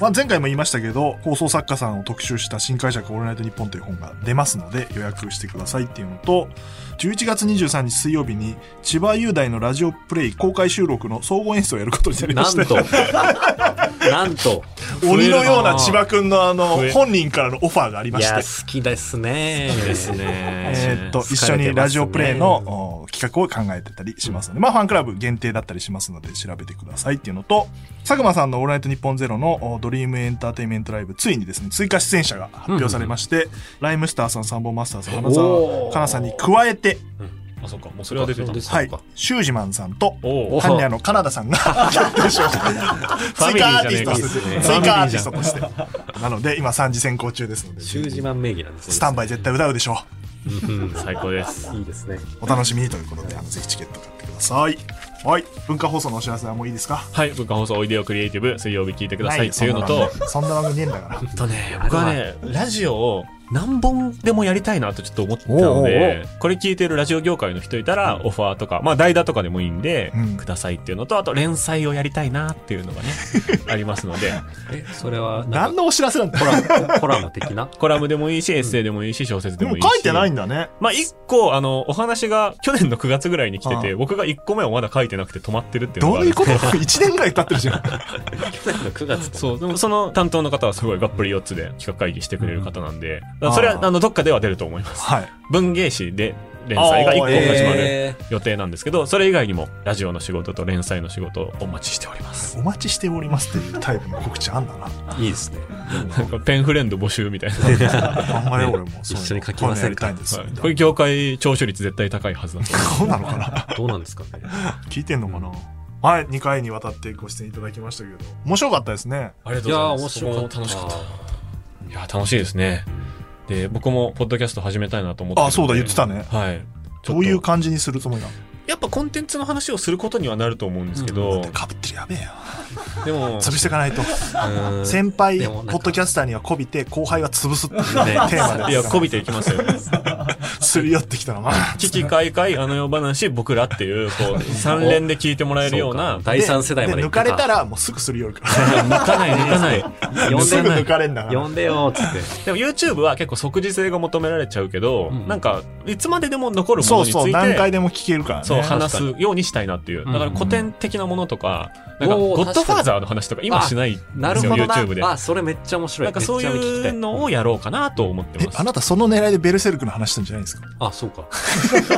A: まあ、前回も言いましたけど、放送作家さんを特集した新解釈オールナイトニッポンという本が出ますので予約してくださいっていうのと、11月23日水曜日に千葉雄大のラジオプレイ公開収録の総合演出をやることになりま
B: な
A: し
B: ん
A: て、 (laughs)
B: と、なんと、
A: 鬼のような千葉
B: 増
A: くんのあの
C: 増え、る
A: 本人からのオファーがあり
B: えるな。
A: ま
B: い
A: して、
B: や、好きですね。好き
C: です。ね。
A: えーっと、一緒にラジオプレイのお企画を考えてたりしますので、まあファンクラブ限定だったりしますので調べてくださいっていうのと、佐久間さんのオールナイトニッポンゼロのおドリームエンターテインメントライブ、ついにですね、追加出演者が発表されまして、ライムスターさん、サンボマスターさん、花
D: お
A: 澤
D: ー
A: 香菜さんに加えて、
C: あ、そっか。もうそれは出てたんです。
A: はい、シュージマンさんと、
C: おお。
A: カンニャのカナダさんが (laughs) 決定しました。
C: ァ
A: 追
C: ミリ
A: 加ア
C: ー
A: ーテ
C: じ
A: ィ
C: ゃねえ
A: スト
C: か
A: として、
C: いいですね
A: 追加アーティストとして。なので、今3次選考中ですので、
B: シュージマン名義なんですね
A: スタンバイ絶対歌うでしょう。
B: うん
C: 最高です。
B: いいですね。
A: お楽しみにということで、あのぜひチケット買ってください。はい。文化放送のお知らせはもういいですか
C: はい。文化放送おいでよクリエイティブ、水曜日聞いてくださいっていうの
A: ない
C: と、
A: そんな番組そんな番組ねえんだから。
B: えっとね、
C: 僕はね、ラジオを何本でもやりたいなとちょっと思ってたので、これ聞いてるラジオ業界の人いたら、オファーとか、まあ代打とかでもいいんで、
A: うん
C: くださいっていうのと、あと連載をやりたいなっていうの
A: (laughs)
C: がね、ありますので、
B: え、それは、な
A: (laughs)
B: ん
A: 何のお知らせなんだ
B: かコラム、コラム的な
C: コラムでもいいし、エッセイでもいいし、小説で
A: で
C: も
A: も
C: いいし。
A: 書いてないんだね。
C: まあ一個、あの、お話が去年の9月ぐらいに来てて、
A: ああ
C: 僕が1個目をまだ書いてなくて止まってるっていうの
A: ど
C: があ
A: う
C: る
A: いうこと (laughs) ?1 年ぐらい経ってるじ
C: (laughs)
A: ゃん。
B: 9月と
C: そう、でもその担当の方はすごいがっぷり4つで企画会議してくれる方なんで、
A: うん
C: それ
A: あ
C: は
A: あ
C: あのどっかでは出ると思います。
A: はい。
C: 文芸誌で連載が1個
A: ああ
C: 始まる
B: えー
C: 予定なんですけど、それ以外にもラジオの仕事と連載の仕事をお待ちしております。
A: お待ちしておりますっていうタイプの告知あんだな。
B: いいですね。
C: なんかペンフレンド募集みたい (laughs) な。
A: あんまり俺もそういうの。
B: 一緒に書き
A: こういう
B: ませんか
A: のやりたいんですよ。
C: これ業界聴取率絶対高いはずだと思う。
A: そうなのかな
B: (laughs) どうなんですかね。
A: 聞いてんのかなはい。2回にわたってご出演いただきましたけど。面白かったですね。
C: ありが
B: いやー、面白かった。
C: 楽しかった。いやー楽しいですね。で、僕もポッドキャスト始めたいなと思ってるんで。
A: あ、そうだ、言ってたね。
C: はい。ちょっ
A: ど
C: と
A: ういう感じにするつもりなの
C: やっぱコンテンツの話をすることにはなると思うんですけど、
A: かぶってるやべえよ。
C: でも、
A: 潰していかないと。
B: うーん
A: 先輩、
B: で
A: ポ
B: もなんか
A: ッドキャスターには媚びて、後輩は潰すっていうね、テーマで。
C: いや、こびていき (laughs) ますよ。
A: すり寄ってきたのまあ
C: 危機開会、あの世話、僕らっていう、 (laughs) こう、三連で聞いてもらえるような
B: そか、第三世代まで
A: で
B: 行
A: 抜かれた
B: ら、
A: ら、もうすぐすり寄るか
C: 抜かない、抜
B: (laughs)
C: かない。
A: ら。
B: 呼ん
A: す
B: で
A: ぐ
B: な
A: 抜
B: い。
A: かれんだから。
B: 呼んでよ、つって。 (laughs)
C: でも YouTube は結構即時性が求められちゃうけど、
B: うん
C: なんか、いつまででも残るも
A: そ
C: の
A: う
C: について、
A: そう、何回でも聞けるからね。
C: そう話
B: 確
C: すようにしたいなっていう。だから古典的なものとか、
B: うん
C: なんか、
B: おー
C: ゴッドファーザーの話とか今しないんですよ、
B: なるほどな
C: YouTube で。。
B: あ、それめっちゃ面白い。
C: なんかそう
B: めっちゃ聞き
C: い
B: た
C: うのをやろうかなと思って
A: え
C: ま、す。
A: あなたその狙いでベルセルクの話したんじゃないんですか
B: あ、そうか。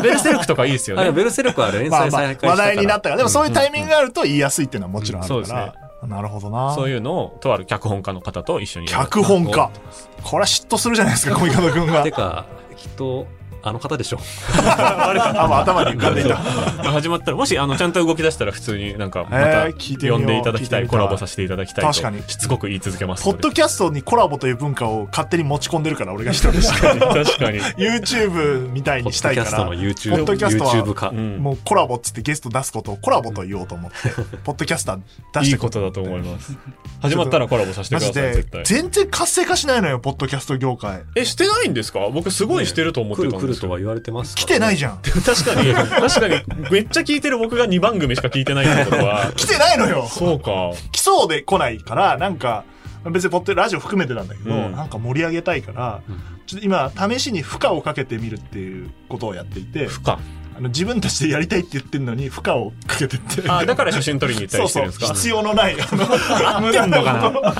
C: ベルセルクとかいいですよ
B: (laughs) あ、いや
C: ね。
B: ベルセルクは連
A: まあ
B: 載
A: まあ、
B: 再
A: 話
B: 開したから。
A: 題になったから。でもそういうタイミング
B: が。
A: があると言いやすいっていうのはもちろんあ
C: うん
A: る
C: うん
A: か
C: そうで
A: ら。なるほどな。
C: そういうのを、とある脚本家の方と一緒にやろうかなと
A: 脚本家。これは嫉妬するじゃないですか、小見門君が
B: て。か、きっと、あの方でしょ。
A: あ、まあ、頭に浮かんでい
C: (laughs)
A: た。
C: 始まったら、もし、あの、ちゃんと動き出したら普通になんか、また、
A: えー聞いてみよう
C: 呼んでいただきた
A: 聞いてみたい
C: い、コラボさせていただきたいと。
A: 確かに
C: しつこく言い続けます
A: ポ
C: の
A: ッ
C: で。
A: ドキャストにコラボという文化を勝手に持ち込んでるから、俺が一人でした。
C: (laughs) 確かに。
A: YouTube みたい
B: ポ
A: にし
B: ッド
A: たいか
B: キャスト
A: ら
B: の、
A: ポッ
B: YouTube、
A: ドキャストは
B: YouTube 化
C: う。ん
A: もうコラボっつってゲスト出すことをコラボと言おうと思って、ポッドキャスター出し
C: い
A: て
C: いことだと思います。始まったらコラボさせて
A: マ
C: くだ
A: ジ
C: さい、
A: で
C: 絶対、。
A: 全然活性化しないのよ、ポッドキャスト業界。
C: え、してないんですか僕すごいしてると思って
B: 来
C: たん
B: る
C: で
B: 来る
C: すけど
B: とは言われてますから
A: 来
B: ね
A: てないじゃ
C: (laughs)
A: ん。、
C: 確かに、確かに、めっちゃ聞いてる僕が2番組しか聞いてないってことは
A: 来てないのよ
C: そうか。
A: 来そうで来ないから、なんか、別にポッドラジオ含めてなんだけど、
C: うん
A: なんか盛り上げたいから、
B: うん
A: ちょっと今、試しに負荷をかけてみるっていうことをやっていて、
C: 負荷。
A: あの自分たちでやりたいって言ってるのに負荷をかけてって。
C: あ、だから写真撮りに行っ
A: (laughs)
C: た
A: そう
C: りし
A: そ
C: てる
A: うん
C: ですか
A: 必要のないあ
C: (laughs)
A: の無駄
C: のかな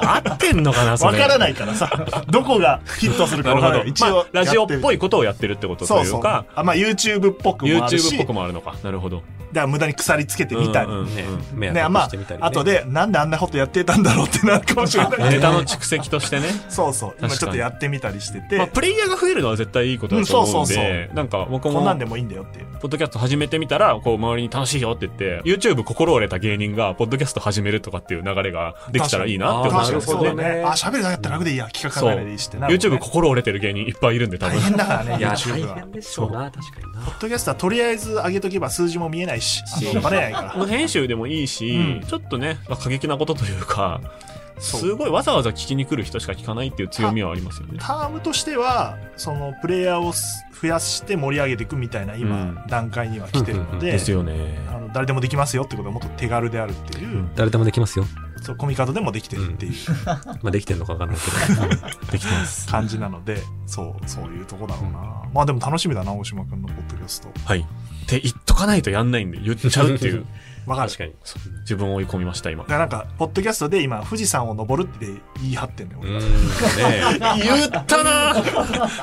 C: 合ってんのかな、そ
A: わ
C: れ。
A: から
C: い。
A: ないから
C: (laughs)
A: さどこがヒットするか
C: な
A: わか
C: るほ
A: らな
C: ど
A: い。一
C: ま
A: 応
C: あ、ラジオっ
A: やてみ
C: ぽいことをやってるってことと
A: そう
C: い
A: そうう
C: か、
A: あまあ YouTube っぽくもある
C: YouTube
A: し
C: っぽ
A: だ
C: く
A: か
C: もあるのか。なるほど。
A: ら無駄に鎖つけてみたり、
C: うんうんうん
B: ね
C: うん、
B: 目
A: ね
B: 当
A: ま
B: て
A: あ
B: し、てみたり、ね。
A: 後でなんであんなことやってたんだろうってなるかもしれない
C: (laughs) ネタの蓄積としてね。
A: そうそう今
C: 確かに
A: ちょっとやってみたりしてて、
C: まあ、プレイヤーが増えるのは絶対いいことだと思うん
A: うんそうそう
C: で、なんか僕
A: こんな
C: も
A: んで、もいいんだよっていう
C: ポッドキャスト始めてみたら、こう、周りに楽しいよって言って、YouTube 心折れた芸人が、ポッドキャスト始めるとかっていう流れができたらいいなって思
B: あ
C: っ
B: ー
C: ち
A: 確
C: ゃ
A: か
C: う
A: にそ
C: んですよ
A: う
C: ね
A: だ。ねあ喋るだけだったら楽でいいや企画考えないでいいしってなるもんね
C: YouTube 心折れてる芸人いっぱいいるんで、多分
A: 大。変だからね
B: いや、
A: YouTube
B: 大
A: は
B: 変でしょうな、確かにな。
A: ポッドキャストはとりあえず上げとけば数字も見えないしあのバレない
C: (laughs)
A: から
C: 無編集でもいいし、
A: うん
C: ちょっとね、まあ過激なことというか、
A: そう
C: すごいわざわざ聞きに来る人しか聞かないっていう強みはありますよね。
A: タームとしてはそのプレイヤーを増やして盛り上げていくみたいな今、
C: う
A: 段階には来てるので、
C: よね。
A: あの誰でもできますよってことはもっと手軽であるっていう、
C: うん
B: 誰でもできますよ。
A: そうコミカドでもできてるっていう
B: まあ、できてんのかわかんないけど。できてます。
A: 感じなので、そうそういうとこだろうな、まあでも楽しみだな大島君のポッドキャスト
C: はい。って言っとかないとやんないんで、言っちゃうっていう、
A: わかる
B: 確かに。
C: 自分を追い込みまし
A: (laughs)
C: た、今
A: だ。からなんかポッドキャストで今富士山を登るって言い張ってんのよ
B: う
A: 俺
B: ー
A: は、
B: ん、ね
C: 言ったな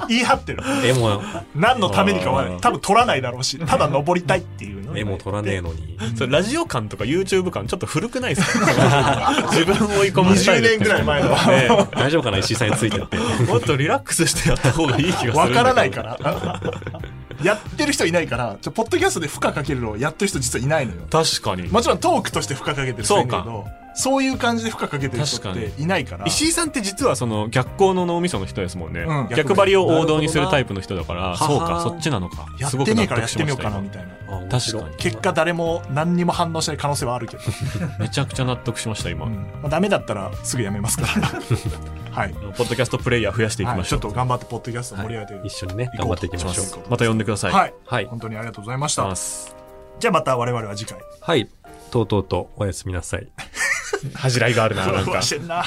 A: 言い張ってる
B: え。絵も、
A: 何のためにかは
C: あー
A: 多分取らないだろうしただ登りたいっていうの
B: 絵も取らねえのに。
C: それラジオ感とか YouTube 感ちょっと古くないです (laughs) か自分を追い込むスタイ
A: 20
C: ルって
A: 年ぐらい前の
C: ね
B: 大丈夫かな石井さんについてって。
C: もっとリラックスしてやった方がいい気がするんだけど。
A: わからないから (laughs) やってる人いないからちょポッドキャストで負荷かけるのをやってる人実はいないのよ
C: 確かに。
A: もちろんトークとして負荷かけてる人いるけど
C: そ
A: そういう感じで負荷かけてる人っ
C: 確
A: ていないから
C: 石井さんって実はその逆光の脳みその人ですもんね、
A: うん
C: 逆張りを王道にするタイプの人だから
B: なるほ
C: そう
B: どな
C: かそっちなのか
A: やっ
C: すご
A: て
C: く
A: ね
C: 納
A: えからや
C: 得
A: っ
C: してま
A: みよ
C: し
A: うか
C: た
A: なみ
C: 今
A: たいな
B: あ面
C: 確
B: 白い
C: かに
A: 結果誰も何にも反応しない可能性はあるけ
C: (laughs)
A: ど、
C: めちゃくちゃ納得しました今、
A: うんまあ、ダメだったらすぐやめますから
C: (laughs)
A: はい、
C: ポッドキャストプレイヤー増やしていき
A: は
C: ま
A: い、
C: し
A: ち
C: ょ
A: ょっ
C: う、
A: と頑張ってポッドキャスト盛り上げていこう
B: 一緒にね、頑張っていきましょう。
C: また呼んでください、
A: はい、はい、
B: はい。
A: 本当にありがとうございまし
C: お願
A: た
C: いします
A: じゃあまた我々は次回
B: はい。とうとうとおやすみなさい。
C: 恥じらいがあるななん
A: ふ (laughs)
C: か
A: わしてんな